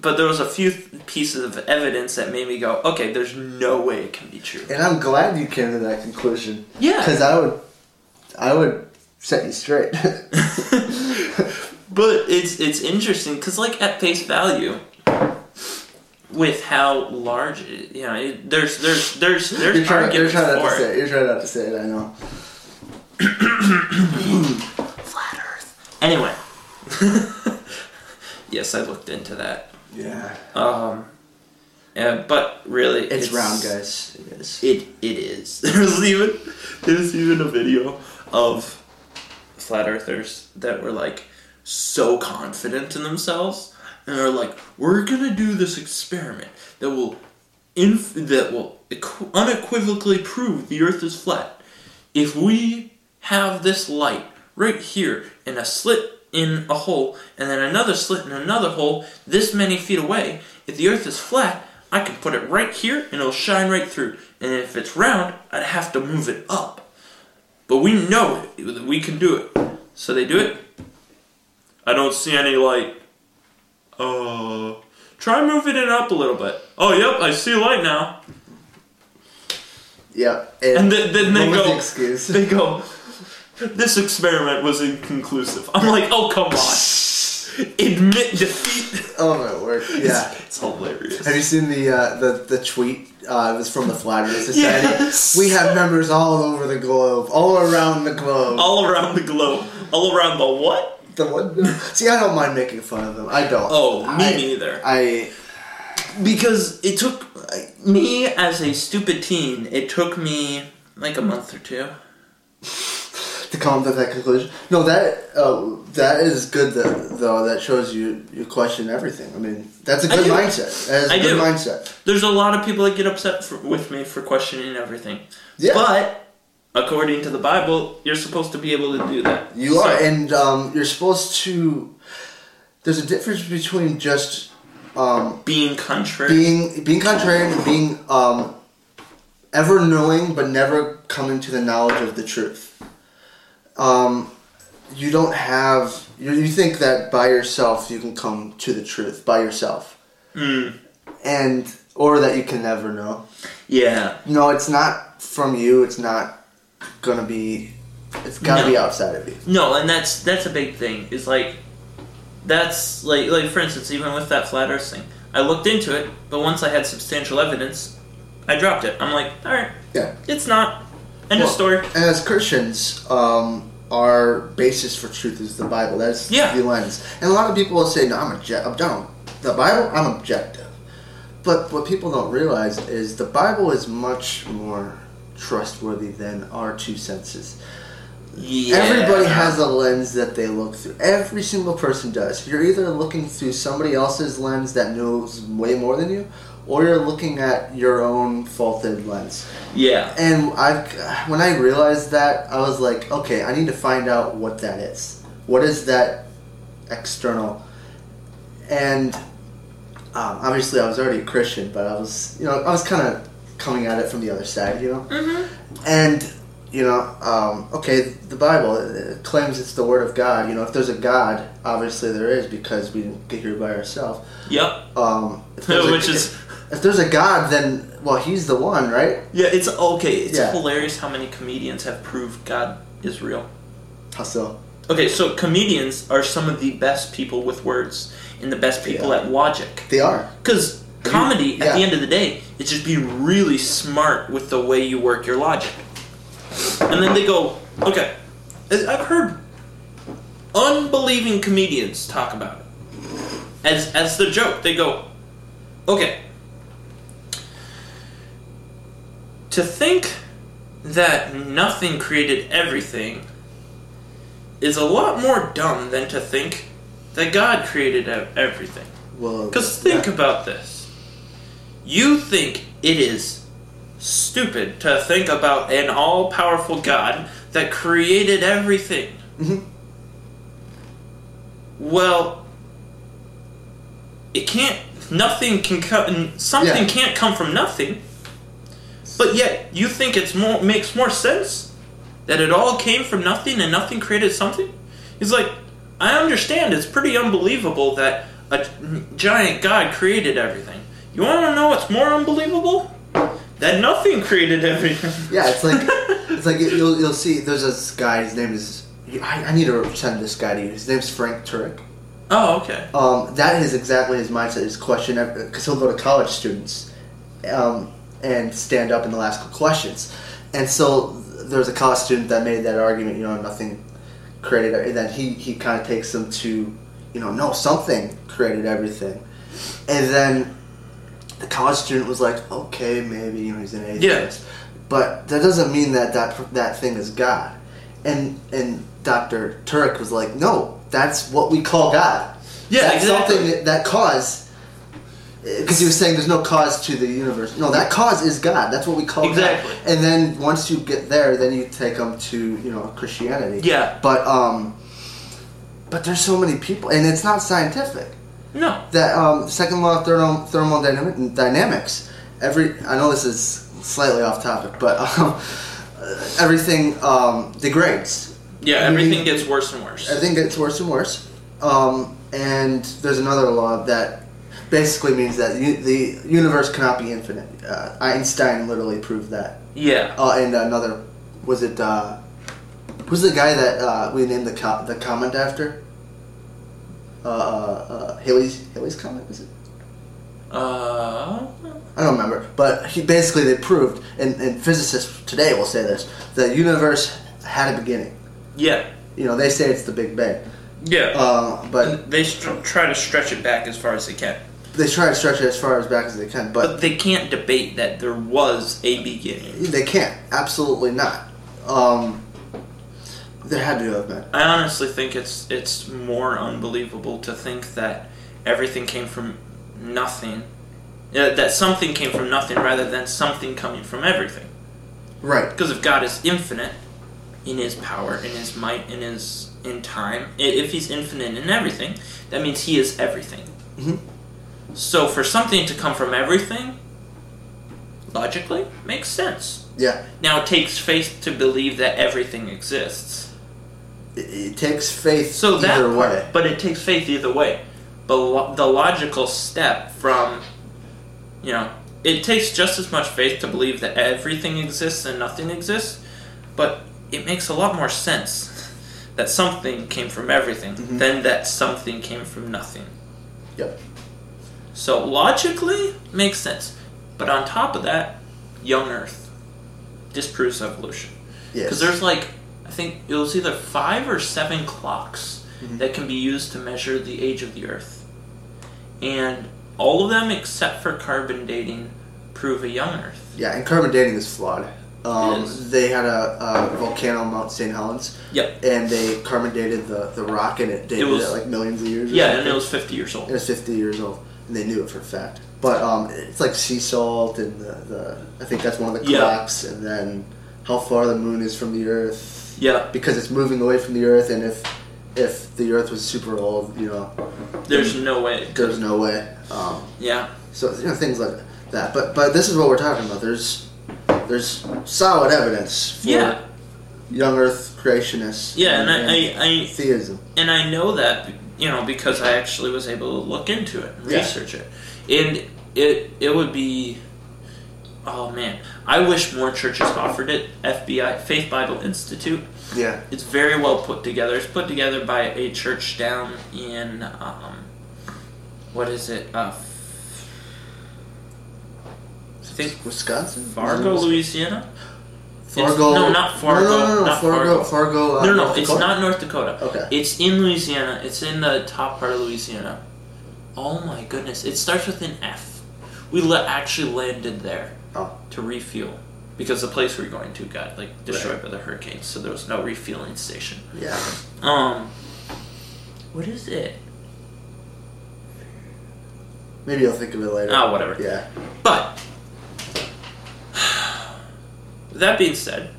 A: but there was a few th- pieces of evidence that made me go, okay, there's no way it can be true.
B: And I'm glad you came to that conclusion.
A: Yeah.
B: Because I would, I would set you straight.
A: But it's it's interesting because like at face value, with how large it, you know, it, there's there's there's there's
B: you're trying, you're
A: arguments
B: trying not
A: for
B: to
A: it.
B: say it. You're trying not to say it. I know.
A: flat Earth. Anyway, yes, I looked into that.
B: Yeah.
A: Um, yeah, but really,
B: It's, round, guys. It is.
A: It it is. There's even there's even a video of flat earthers that were like so confident in themselves and are like, we're gonna do this experiment that will inf- that will equ- unequivocally prove the Earth is flat. If we have this light right here in a slit in a hole and then another slit in another hole this many feet away, if the Earth is flat, I can put it right here and it'll shine right through. And if it's round, I'd have to move it up. But we know it. We can do it. So they do it. I don't see any light. Uh, try moving it up a little bit. Oh, yep, I see light now.
B: Yep.
A: And then- then they
B: what was
A: go-
B: The excuse.
A: They go, this experiment was inconclusive. I'm like, oh, come on. Admit defeat.
B: oh my word. Yeah.
A: It's, it's hilarious.
B: Have you seen the uh, the the tweet? Uh, it was from the Flat Earth Society.
A: Yes.
B: We have members all over the globe, all around the globe.
A: All around the globe. All around the what?
B: The one. See, I don't mind making fun of them. I don't.
A: Oh, me
B: I-
A: neither.
B: I
A: because it took uh, me as a stupid teen it took me like a month or two
B: to come to that conclusion. No, that uh, that is good though, though. That shows you you question everything. I mean, that's a
A: I
B: good
A: do.
B: mindset. That is a
A: I
B: good
A: do.
B: mindset.
A: there's a lot of people that get upset for, with me for questioning everything
B: Yeah.
A: but according to the bible you're supposed to be able to do that
B: You
A: So-
B: are, and um, you're supposed to. There's a difference between just um,
A: being contrary
B: being being contrarian and being um, ever knowing but never coming to the knowledge of the truth. Um, you don't have you, you think that by yourself you can come to the truth by yourself.
A: Mm,
B: and or that you can never know.
A: yeah
B: No, it's not from you. It's not gonna be. It's gotta
A: No.
B: be outside of you.
A: no and that's that's a big thing is like that's like like for instance even with that flat earth thing i looked into it but once i had substantial evidence i dropped it i'm like all right
B: Yeah.
A: it's not end
B: Well,
A: of story
B: As Christians, um, our basis for truth is the Bible. That's
A: Yeah.
B: the lens. And a lot of people will say, "No, I'm objective. I'm down. The Bible, I'm objective." But what people don't realize is the Bible is much more trustworthy than our two senses.
A: Yeah.
B: Everybody has a lens that they look through. Every single person does. You're either looking through somebody else's lens that knows way more than you, or you're looking at your own faulted lens.
A: Yeah.
B: And I, when I realized that, I was like, okay, I need to find out what that is. What is that external? And um, obviously, I was already a Christian, but I was, you know, I was kind of coming at it from the other side, you know
A: Mm-hmm.
B: and you know um, okay the bible uh, claims it's the word of god you know if there's a god obviously there is because we didn't get here by ourselves
A: Yep.
B: um, if there's
A: Which
B: a,
A: is
B: if, there's a god then well he's the one right
A: yeah, it's okay. It's
B: Yeah.
A: hilarious how many comedians have proved God is real.
B: How so?
A: Okay, so comedians are some of the best people with words and the best people
B: Yeah.
A: at logic.
B: they are
A: Because comedy, at the
B: yeah.
A: end of the day, it's just being really smart with the way you work your logic. And then they go, okay, I- I've heard unbelieving comedians talk about it as as the joke. They go, okay, to think that nothing created everything is a lot more dumb than to think that God created ev- everything.
B: well
A: Because think
B: yeah.
A: about this. You think it is stupid to think about an all powerful God that created everything.
B: Mhm.
A: Well, it can't. Nothing can come. Something
B: Yeah.
A: can't come from nothing. But yet, you think it's more makes more sense that it all came from nothing and nothing created something. He's like, I understand. It's pretty unbelievable that A giant God created everything. You want to know what's more unbelievable? That nothing created everything.
B: Yeah, it's like it's like you'll you'll see. There's this guy. His name is. I, I need to send this guy to you. His name's Frank Turek.
A: oh, okay.
B: Um, that is exactly his mindset. His question, because he'll go to college students, um, and stand up and they'll ask questions. And so there's a college student that made that argument. You know, nothing created, and then he he kind of takes them to, you know, no, something created everything. And then the college student was like, okay, maybe you know he's an atheist, but that doesn't mean that that that thing is God. And and Dr. Turek was like, no, that's what we call God.
A: Yeah,
B: that's
A: exactly.
B: something that, that cause. Because he was saying there's no cause to the universe. No, that cause is God. That's what we call
A: Exactly.
B: God. And then once you get there, then you take them to you know Christianity.
A: Yeah.
B: But um, but there's so many people, and it's not scientific
A: No.
B: that um, second law of thermo- thermodynamic dynamics. Every I know this is slightly off topic, but um, everything um, degrades.
A: Yeah,
B: I mean-
A: everything gets worse and worse.
B: Everything gets worse and worse. Um, and there's another law that basically means that u- the universe cannot be infinite. Uh, Einstein literally proved that.
A: Yeah.
B: Uh, and another was it uh, who's the guy that uh, we named the co- the comment after? Uh, uh, uh, Haley's Haley's comment was it?
A: Uh.
B: I don't remember, but he basically they proved, and, and physicists today will say this: the universe had a beginning.
A: Yeah.
B: You know, they say it's the Big Bang,
A: Yeah.
B: uh, but
A: they str- try to stretch it back as far as they can,
B: they try to stretch it as far as back as they can, but
A: but they can't debate that there was a beginning.
B: they can't. Absolutely not. Um, there had to have been.
A: I honestly think it's it's more unbelievable to think that everything came from nothing, uh, that something came from nothing rather than something coming from everything.
B: Right.
A: Because if God is infinite in His power, in His might, in His in time, i- if He's infinite in everything, that means He is everything.
B: Mhm.
A: So for something to come from everything, logically makes sense.
B: Yeah.
A: Now it takes faith to believe that everything exists.
B: It, it takes faith
A: So that
B: either
A: part,
B: way.
A: but it takes faith either way. But lo- the logical step from, you know, it takes just as much faith to believe that everything exists and nothing exists, but it makes a lot more sense that something came from everything
B: Mhm.
A: than that something came from nothing.
B: Yep.
A: So logically makes sense, but on top of that, young Earth disproves evolution.
B: Yes.
A: Because there's like, I think it was either five or seven clocks
B: Mhm.
A: that can be used to measure the age of the Earth. And all of them, except for carbon dating, prove a young Earth.
B: Yeah, and carbon dating is flawed. Um,
A: It is.
B: They had a, a volcano on Mount St. Helens.
A: Yep.
B: And they carbon dated the, the rock and it dated it,
A: was-
B: like millions of years. or
A: Yeah, and
B: something.
A: it was 50 years
B: It
A: old.
B: was 50 years old, and they knew it for a fact. But um, it's like sea salt and the, the I think that's one of the
A: Yeah.
B: clocks, and then how far the moon is from the Earth
A: Yeah,
B: because it's moving away from the Earth, and if if the Earth was super old, you know,
A: there's no way. it could-
B: there's no way. Um,
A: Mm. Yeah,
B: so you know things like that. But but this is what we're talking about. There's there's solid evidence for
A: yeah,
B: young Earth creationists.
A: yeah, and I, I, I
B: theism.
A: and I know that you know because I actually was able to look into it, and
B: Yeah.
A: research it, and it it would be. Oh man, I wish more churches offered it. FBI Faith Bible Institute.
B: Yeah.
A: It's very well put together. It's put together by a church down in um, what is it? Uh, I think
B: Wisconsin,
A: Fargo, Louisiana. It's-
B: Fargo.
A: no, not Fargo,
B: No, no, no, no,
A: not
B: Fargo.
A: Fargo.
B: Fargo. uh,
A: No, no,
B: North
A: it's
B: Dakota?
A: not North Dakota.
B: Okay.
A: It's in Louisiana. It's in the top part of Louisiana. Oh my goodness. It starts with an F. We le- actually landed there
B: Oh.
A: to refuel because the place we were going to got like destroyed by the hurricanes, so there was no refueling station.
B: Yeah.
A: Um What is it?
B: Maybe you'll think of it later.
A: Ah, whatever.
B: Yeah.
A: But with that being said,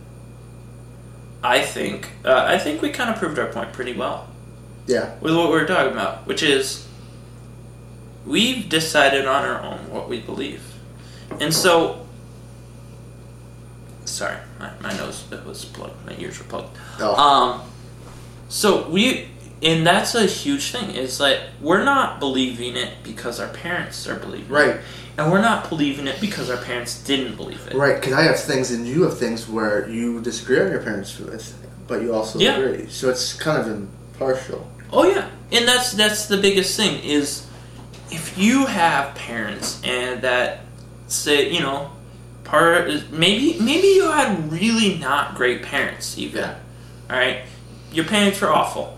A: I think uh, I think we kind of proved our point pretty well.
B: Yeah.
A: with what we're talking about, which is we've decided on our own what we believe. And so, sorry, Uh, my, my nose was plugged, my ears were plugged.
B: Oh.
A: Um, so we, and that's a huge thing. Is like we're not believing it because our parents are believing
B: Right.
A: it. And we're not believing it because our parents didn't believe it.
B: Right, because I have things and you have things where you disagree on your parents with, but you also
A: Yeah.
B: agree. So it's kind of impartial.
A: Oh yeah, and that's that's the biggest thing is if you have parents and that say you know part maybe maybe you had really not great parents even
B: Yeah.
A: all right your parents were awful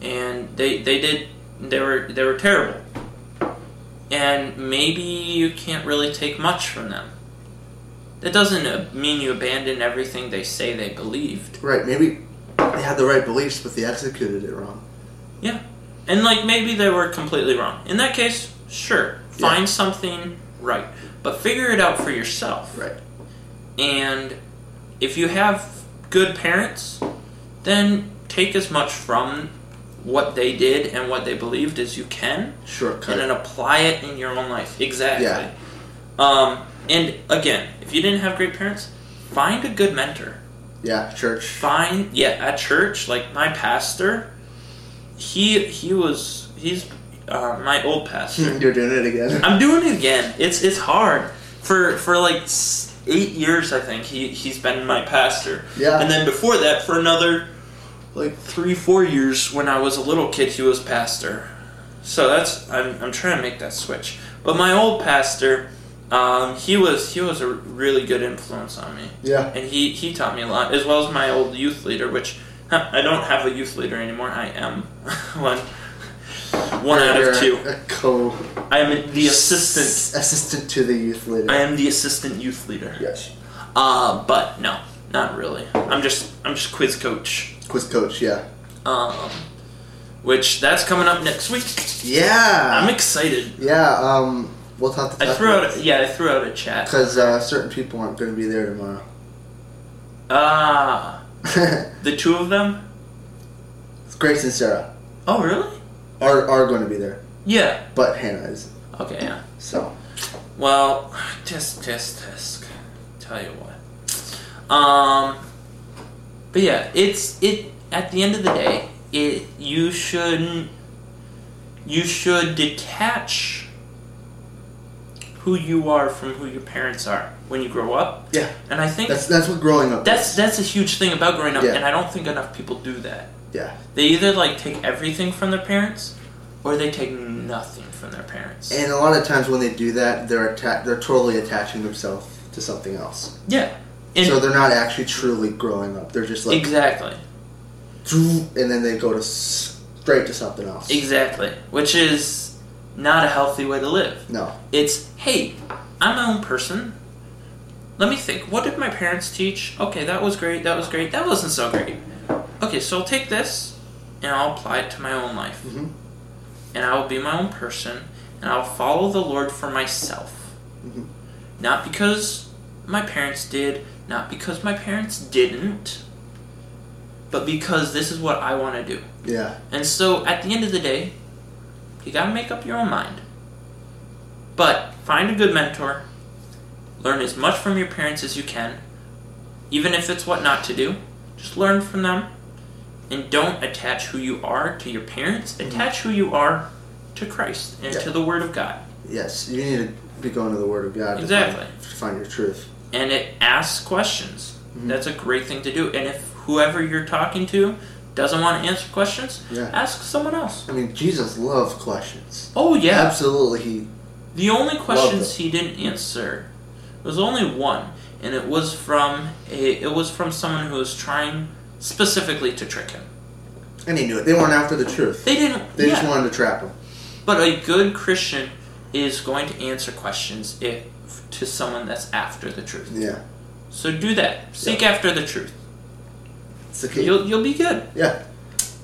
A: and they they did they were they were terrible and maybe you can't really take much from them that doesn't uh, mean you abandon everything they say they believed
B: Right, maybe they had the right beliefs, but they executed it wrong.
A: Yeah. And like maybe they were completely wrong. In that case, sure.
B: Yeah.
A: Find something right. But figure it out for yourself.
B: Right.
A: And if you have good parents, then take as much from what they did and what they believed as you can
B: Shortcut.
A: and then apply it in your own life. Exactly.
B: Yeah.
A: Um, and again, if you didn't have great parents, find a good mentor
B: Yeah, church.
A: fine yeah at church like my pastor he he was he's uh, my old pastor
B: You're doing it again.
A: i'm doing it again it's it's hard for for like s- eight years i think he he's been my pastor
B: Yeah.
A: and then before that for another like three four years when i was a little kid he was pastor so that's i'm, I'm trying to make that switch but my old pastor um, he was he was a really good influence on me
B: Yeah.
A: and he he taught me a lot as well as my old youth leader which huh, i don't have a youth leader anymore i am one one out
B: You're
A: of two
B: A co
A: i am the assistant
B: assistant to the youth leader.
A: i am the assistant youth leader
B: yes.
A: uh but no not really i'm just i'm just quiz coach
B: Quiz coach. Yeah.
A: um which that's coming up next week
B: Yeah.
A: i'm excited
B: yeah. Um. We'll talk to.
A: i threw out yeah i threw out a chat
B: because uh, certain people aren't going to be there tomorrow.
A: ah the two of them
B: Grace and Sarah
A: oh really
B: are are going to be there,
A: yeah
B: but Hannah isn't.
A: okay yeah
B: So
A: Well, just, just, just. Tell you what. Um, but yeah, it's it. At the end of the day, it you shouldn't. You should detach who you are from who your parents are when you grow up.
B: yeah,
A: And I think
B: that's that's what growing up.
A: that's
B: is.
A: that's a huge thing about growing up,
B: Yeah.
A: and I don't think enough people do that.
B: yeah.
A: They either like take everything from their parents, or they take nothing from their parents.
B: And a lot of times when they do that, they're atta- they're totally attaching themselves to something else.
A: yeah. And-
B: so they're not actually truly growing up. They're just like
A: exactly.
B: and then they go to straight to something else.
A: Exactly. Which is not a healthy way to live.
B: No.
A: It's, hey, I'm my own person. Let me think. What did my parents teach? Okay, that was great. That was great. That wasn't so great. Okay, so I'll take this and I'll apply it to my own life.
B: Mhm.
A: And I will be my own person and I'll follow the Lord for myself.
B: Mhm.
A: Not because my parents did, not because my parents didn't, but because this is what I want to do.
B: Yeah.
A: And so at the end of the day, you gotta make up your own mind. But find a good mentor, learn as much from your parents as you can, even if it's what not to do. Just learn from them, and don't attach who you are to your parents. Attach who you are to Christ and to
B: Mm-hmm. Yeah.
A: the Word of God.
B: Yes. You need to be going to the Word of God to find-
A: Exactly.
B: to find your truth.
A: and it asks questions.
B: Mhm.
A: That's a great thing to do. And if whoever you're talking to doesn't want to answer questions,
B: Yeah.
A: ask someone else.
B: I mean, Jesus loved questions.
A: Oh yeah,
B: Absolutely. He
A: The only questions
B: it.
A: he didn't answer was only one, and it was from a, it was from someone who was trying specifically to trick him.
B: and he knew it. They weren't after the truth.
A: They didn't.
B: They
A: yeah.
B: just wanted to trap him.
A: but a good Christian is going to answer questions if to someone that's after the truth.
B: Yeah.
A: So do that. Seek after the truth.
B: It's the key.
A: You'll you'll be good.
B: Yeah.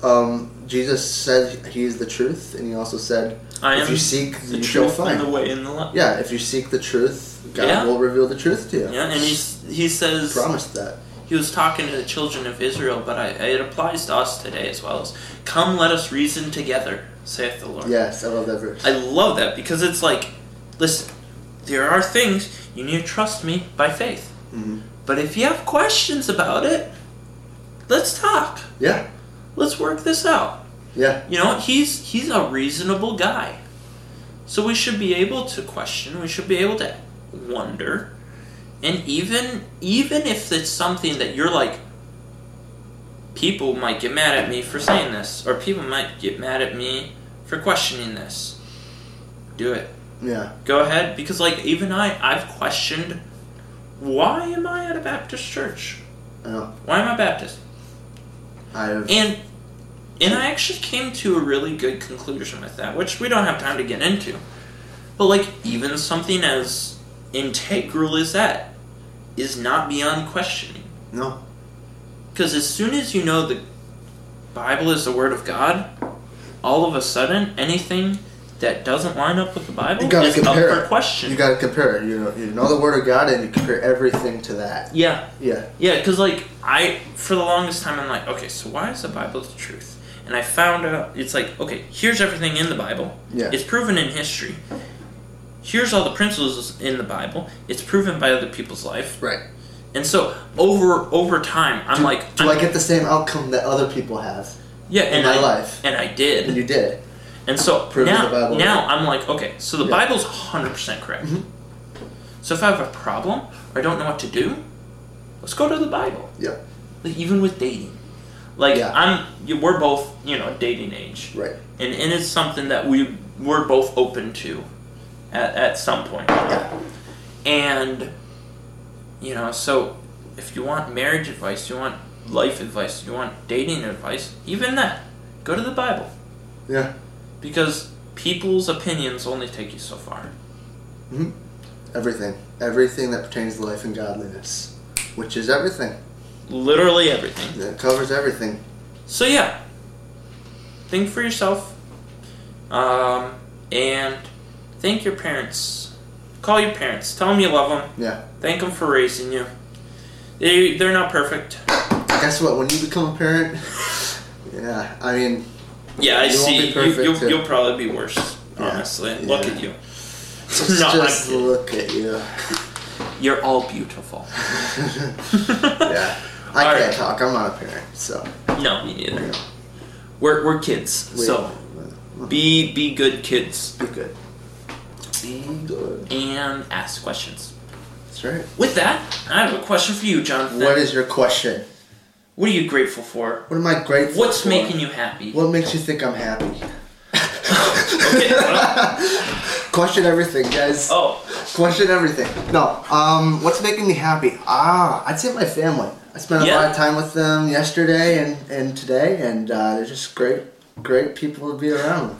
B: Um, Jesus said he is the truth, and he also said,
A: I
B: "If
A: am
B: you seek,
A: the
B: you shall
A: truth
B: find."
A: and the way and the life.
B: Yeah. If you seek the truth, God
A: Yeah.
B: will reveal the truth to you.
A: Yeah, and he's, he says
B: promised that.
A: he was talking to the children of Israel, but I, it applies to us today as well. As, Come, let us reason together, saith the Lord.
B: Yes, I love that verse.
A: I love that because it's like, listen, there are things you need to trust me by faith.
B: Mhm.
A: But if you have questions about it, let's talk.
B: Yeah.
A: Let's work this out.
B: Yeah.
A: You know, he's he's a reasonable guy. So we should be able to question, we should be able to wonder. And even even if it's something that you're like people might get mad at me for saying this or people might get mad at me for questioning this. Do it.
B: Yeah.
A: Go ahead because like even I I've questioned why am I at a Baptist church?
B: I know.
A: Why am I Baptist?
B: I have.
A: And and I actually came to a really good conclusion with that, which we don't have time to get into. But like even something as integral as that is not beyond questioning.
B: No.
A: Because as soon as you know the Bible is the word of God, all of a sudden anything that doesn't line up with the Bible
B: You gotta
A: is up
B: compare
A: for
B: it.
A: question.
B: You gotta compare. it. You know, you know the Word of God, and you compare everything to that.
A: yeah.
B: Yeah.
A: Yeah, because like I, for the longest time, I'm like, okay, so why is the Bible the truth? And I found out it's like, okay, here's everything in the Bible.
B: Yeah.
A: It's proven in history. Here's all the principles in the Bible. It's proven by other people's life.
B: Right.
A: And so over over time, I'm
B: do,
A: like,
B: do
A: I'm-
B: I get the same outcome that other people have
A: yeah,
B: in
A: and
B: my
A: I,
B: life?
A: and I
B: And
A: did.
B: you did. it.
A: And so
B: Proven
A: now,
B: the Bible.
A: now I'm like, okay, so the
B: Yeah.
A: Bible's 100 percent correct.
B: Mhm.
A: So if I have a problem or I don't know what to do, let's go to the Bible.
B: Yep.
A: Like, even with dating like
B: Yeah.
A: i'm you, we're both you know dating age
B: Right.
A: and, and it's something that we we're both open to at, at some point
B: Yeah.
A: and you know so if you want marriage advice you want life advice you want dating advice even that go to the bible
B: Yeah.
A: because people's opinions only take you so far
B: hmm Everything. Everything that pertains to life and godliness, which is everything.
A: literally everything
B: It covers everything.
A: So yeah, think for yourself, um, and thank your parents. Call your parents. Tell them you love them.
B: Yeah.
A: Thank them for raising you. They they're not perfect.
B: Guess what? When you become a parent, yeah. I mean,
A: Yeah, I
B: You won't
A: see.
B: be
A: you,
B: perfect,
A: you'll,
B: too.
A: you'll probably be worse.
B: Yeah,
A: Honestly, look
B: yeah.
A: at you.
B: just,
A: No, I'm
B: just
A: kidding.
B: look at you.
A: You're all beautiful.
B: yeah. I
A: All
B: can't
A: right.
B: talk. I'm not a parent, so.
A: No, me
B: you
A: neither.
B: know,
A: We're we're kids.
B: we-
A: So be be good kids
B: be good. Be good.
A: and ask questions.
B: That's right.
A: With that, I have a question for you, Jonathan.
B: What is your question?
A: What are you grateful for?
B: What am I grateful
A: What's
B: for?
A: making you happy?
B: What makes you think I'm happy?
A: Okay, well,
B: Question everything, guys.
A: oh,
B: Question everything. No, um, what's making me happy? Ah, I'd say my family. I spent a
A: Yeah.
B: lot of time with them yesterday and, and today, and uh, they're just great, great people to be around.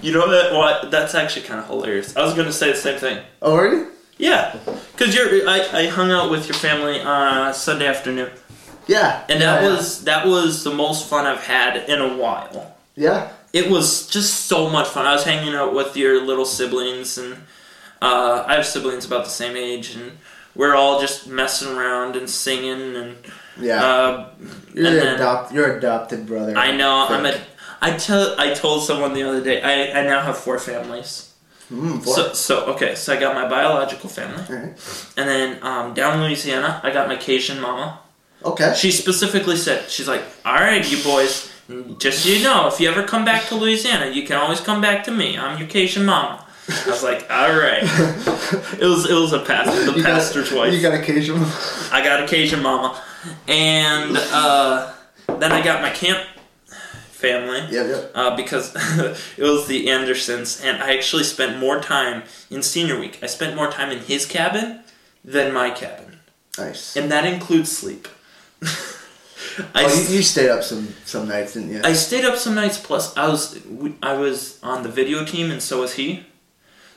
A: you know that? What? That's actually kind of hilarious. I was gonna say the same thing.
B: Oh, are you?
A: Yeah, cause you're. I, I hung out with your family uh, Sunday afternoon,
B: Yeah.
A: and that
B: yeah,
A: was that was the most fun I've had in a while.
B: Yeah.
A: It was just so much fun. I was hanging out with your little siblings, and uh, I have siblings about the same age, and we're all just messing around and singing, and
B: Yeah.
A: uh,
B: You're
A: And
B: an
A: then-
B: adopt. Your adopted brother.
A: I know. I'm a.
B: Frick.
A: I tell. I told someone the other day. I, I now have four families.
B: Mm, boy.
A: So so okay. So I got my biological family,
B: Alright.
A: and then um, down in Louisiana, I got my Cajun mama.
B: Okay.
A: She specifically said, she's like, "All right, you boys, just so you know, if you ever come back to Louisiana, you can always come back to me. I'm your Cajun mama." I was like, "All right." It was it was a pastor, the
B: You got-
A: pastor's wife.
B: You got occasional.
A: I got a Cajun mama, and uh, then I got my camp family.
B: Yep. Yep.
A: uh, because it was the Andersons, and I actually spent more time in senior week. I spent more time in his cabin than my cabin,
B: Nice.
A: and that includes sleep. I,
B: oh,
A: s-
B: you, you stayed up some some nights, didn't you?
A: I stayed up some nights. Plus, I was we- I was on the video team, and so was he.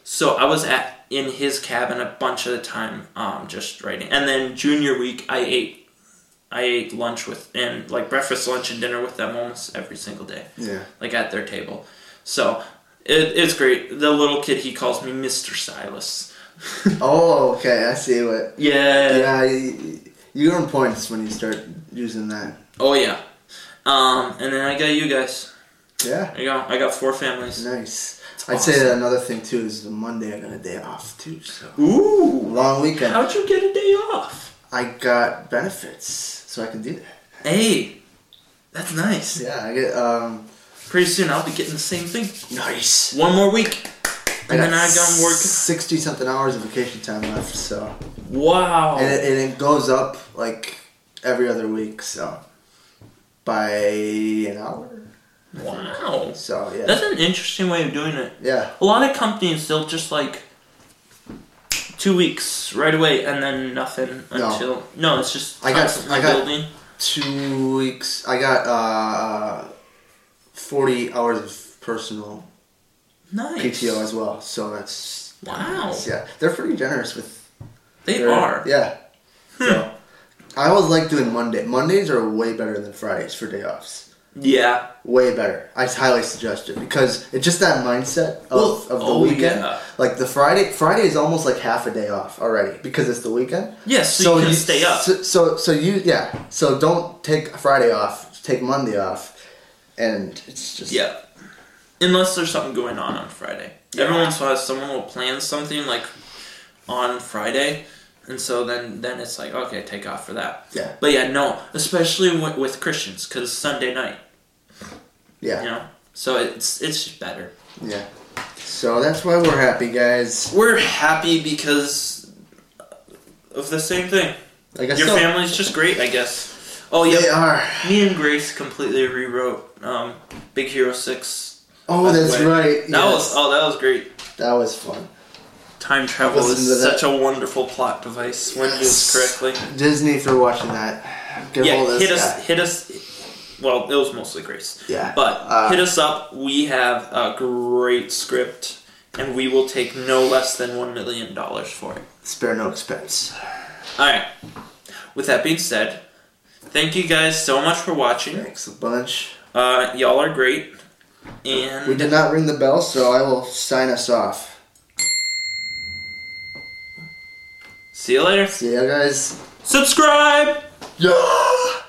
A: So I was at in his cabin a bunch of the time, um, just writing. And then junior week, I ate. I ate lunch with and like breakfast, lunch, and dinner with them almost every single day
B: yeah.
A: like at their table. So it, it's great. The little kid he calls me Mr. Silas.
B: Oh, okay. I see what.
A: yeah.
B: Yeah. You, you earn points when you start using that.
A: Oh yeah. Um, and then I got you guys.
B: Yeah.
A: I got I got four families.
B: Nice.
A: It's
B: I'd say
A: awesome.
B: that another thing too is the Monday I got a day off too. So
A: Ooh.
B: long weekend.
A: How'd you get a day off?
B: I got benefits, so I can do that.
A: Hey, that's nice.
B: Yeah. I get um
A: pretty soon I'll be getting the same thing.
B: Nice.
A: One more week, and then I
B: got
A: got work.
B: sixty something hours of vacation time left. So
A: Wow.
B: and it, and it goes up like every other week. So by an hour.
A: Wow.
B: So yeah,
A: That's an interesting way of doing it.
B: yeah.
A: A lot of companies they'll just like two weeks right away and then nothing
B: No.
A: until no, it's just
B: I got-
A: constantly
B: I got-
A: building.
B: Two weeks. I got uh forty hours of personal
A: Nice.
B: PTO as well. So that's
A: Wow.
B: yeah. They're pretty generous with
A: They
B: They're-
A: are. Hmm.
B: Yeah. So, I always like doing Monday. Mondays are way better than Fridays for day offs.
A: Yeah.
B: Way better. I highly suggest it because it's just that mindset of,
A: Well,
B: of the
A: oh,
B: weekend.
A: yeah.
B: Like the Friday, Friday is almost like half a day off already because it's the weekend.
A: Yes, so, you can stay up.
B: So, so so you yeah. So don't take Friday off. Take Monday off, and it's just
A: yeah. Unless there's something going on on Friday. Every once in a while someone will plan something like on Friday and so then then it's like okay, take off for that.
B: yeah
A: But yeah, no, especially with, with Christians cuz Sunday night, you
B: yeah
A: know. So it's it's just better.
B: yeah. So that's why we're happy, guys.
A: We're happy because of the same thing.
B: Like I
A: Your
B: said,
A: family's just great, I guess. Oh
B: they
A: yeah,
B: are.
A: me and Grace completely rewrote um, Big Hero Six.
B: Oh, that's
A: Wait.
B: right.
A: That
B: yes.
A: was oh, that was great.
B: That was fun.
A: Time travel
B: Listen to
A: is
B: that.
A: such a wonderful plot device when used
B: Yes.
A: correctly.
B: Disney for watching that. Give
A: yeah,
B: all this
A: hit us,
B: guy.
A: hit us. Well, it was mostly Grace.
B: Yeah.
A: But
B: Uh,
A: hit us up. We have a great script, and we will take no less than one million dollars for it.
B: spare no expense.
A: All right. With that being said, thank you guys so much for watching.
B: Thanks a bunch.
A: Uh, y'all are great. And
B: We did not ring the bell, so I will sign us off.
A: see you later.
B: See ya, guys.
A: Subscribe.
B: Yeah.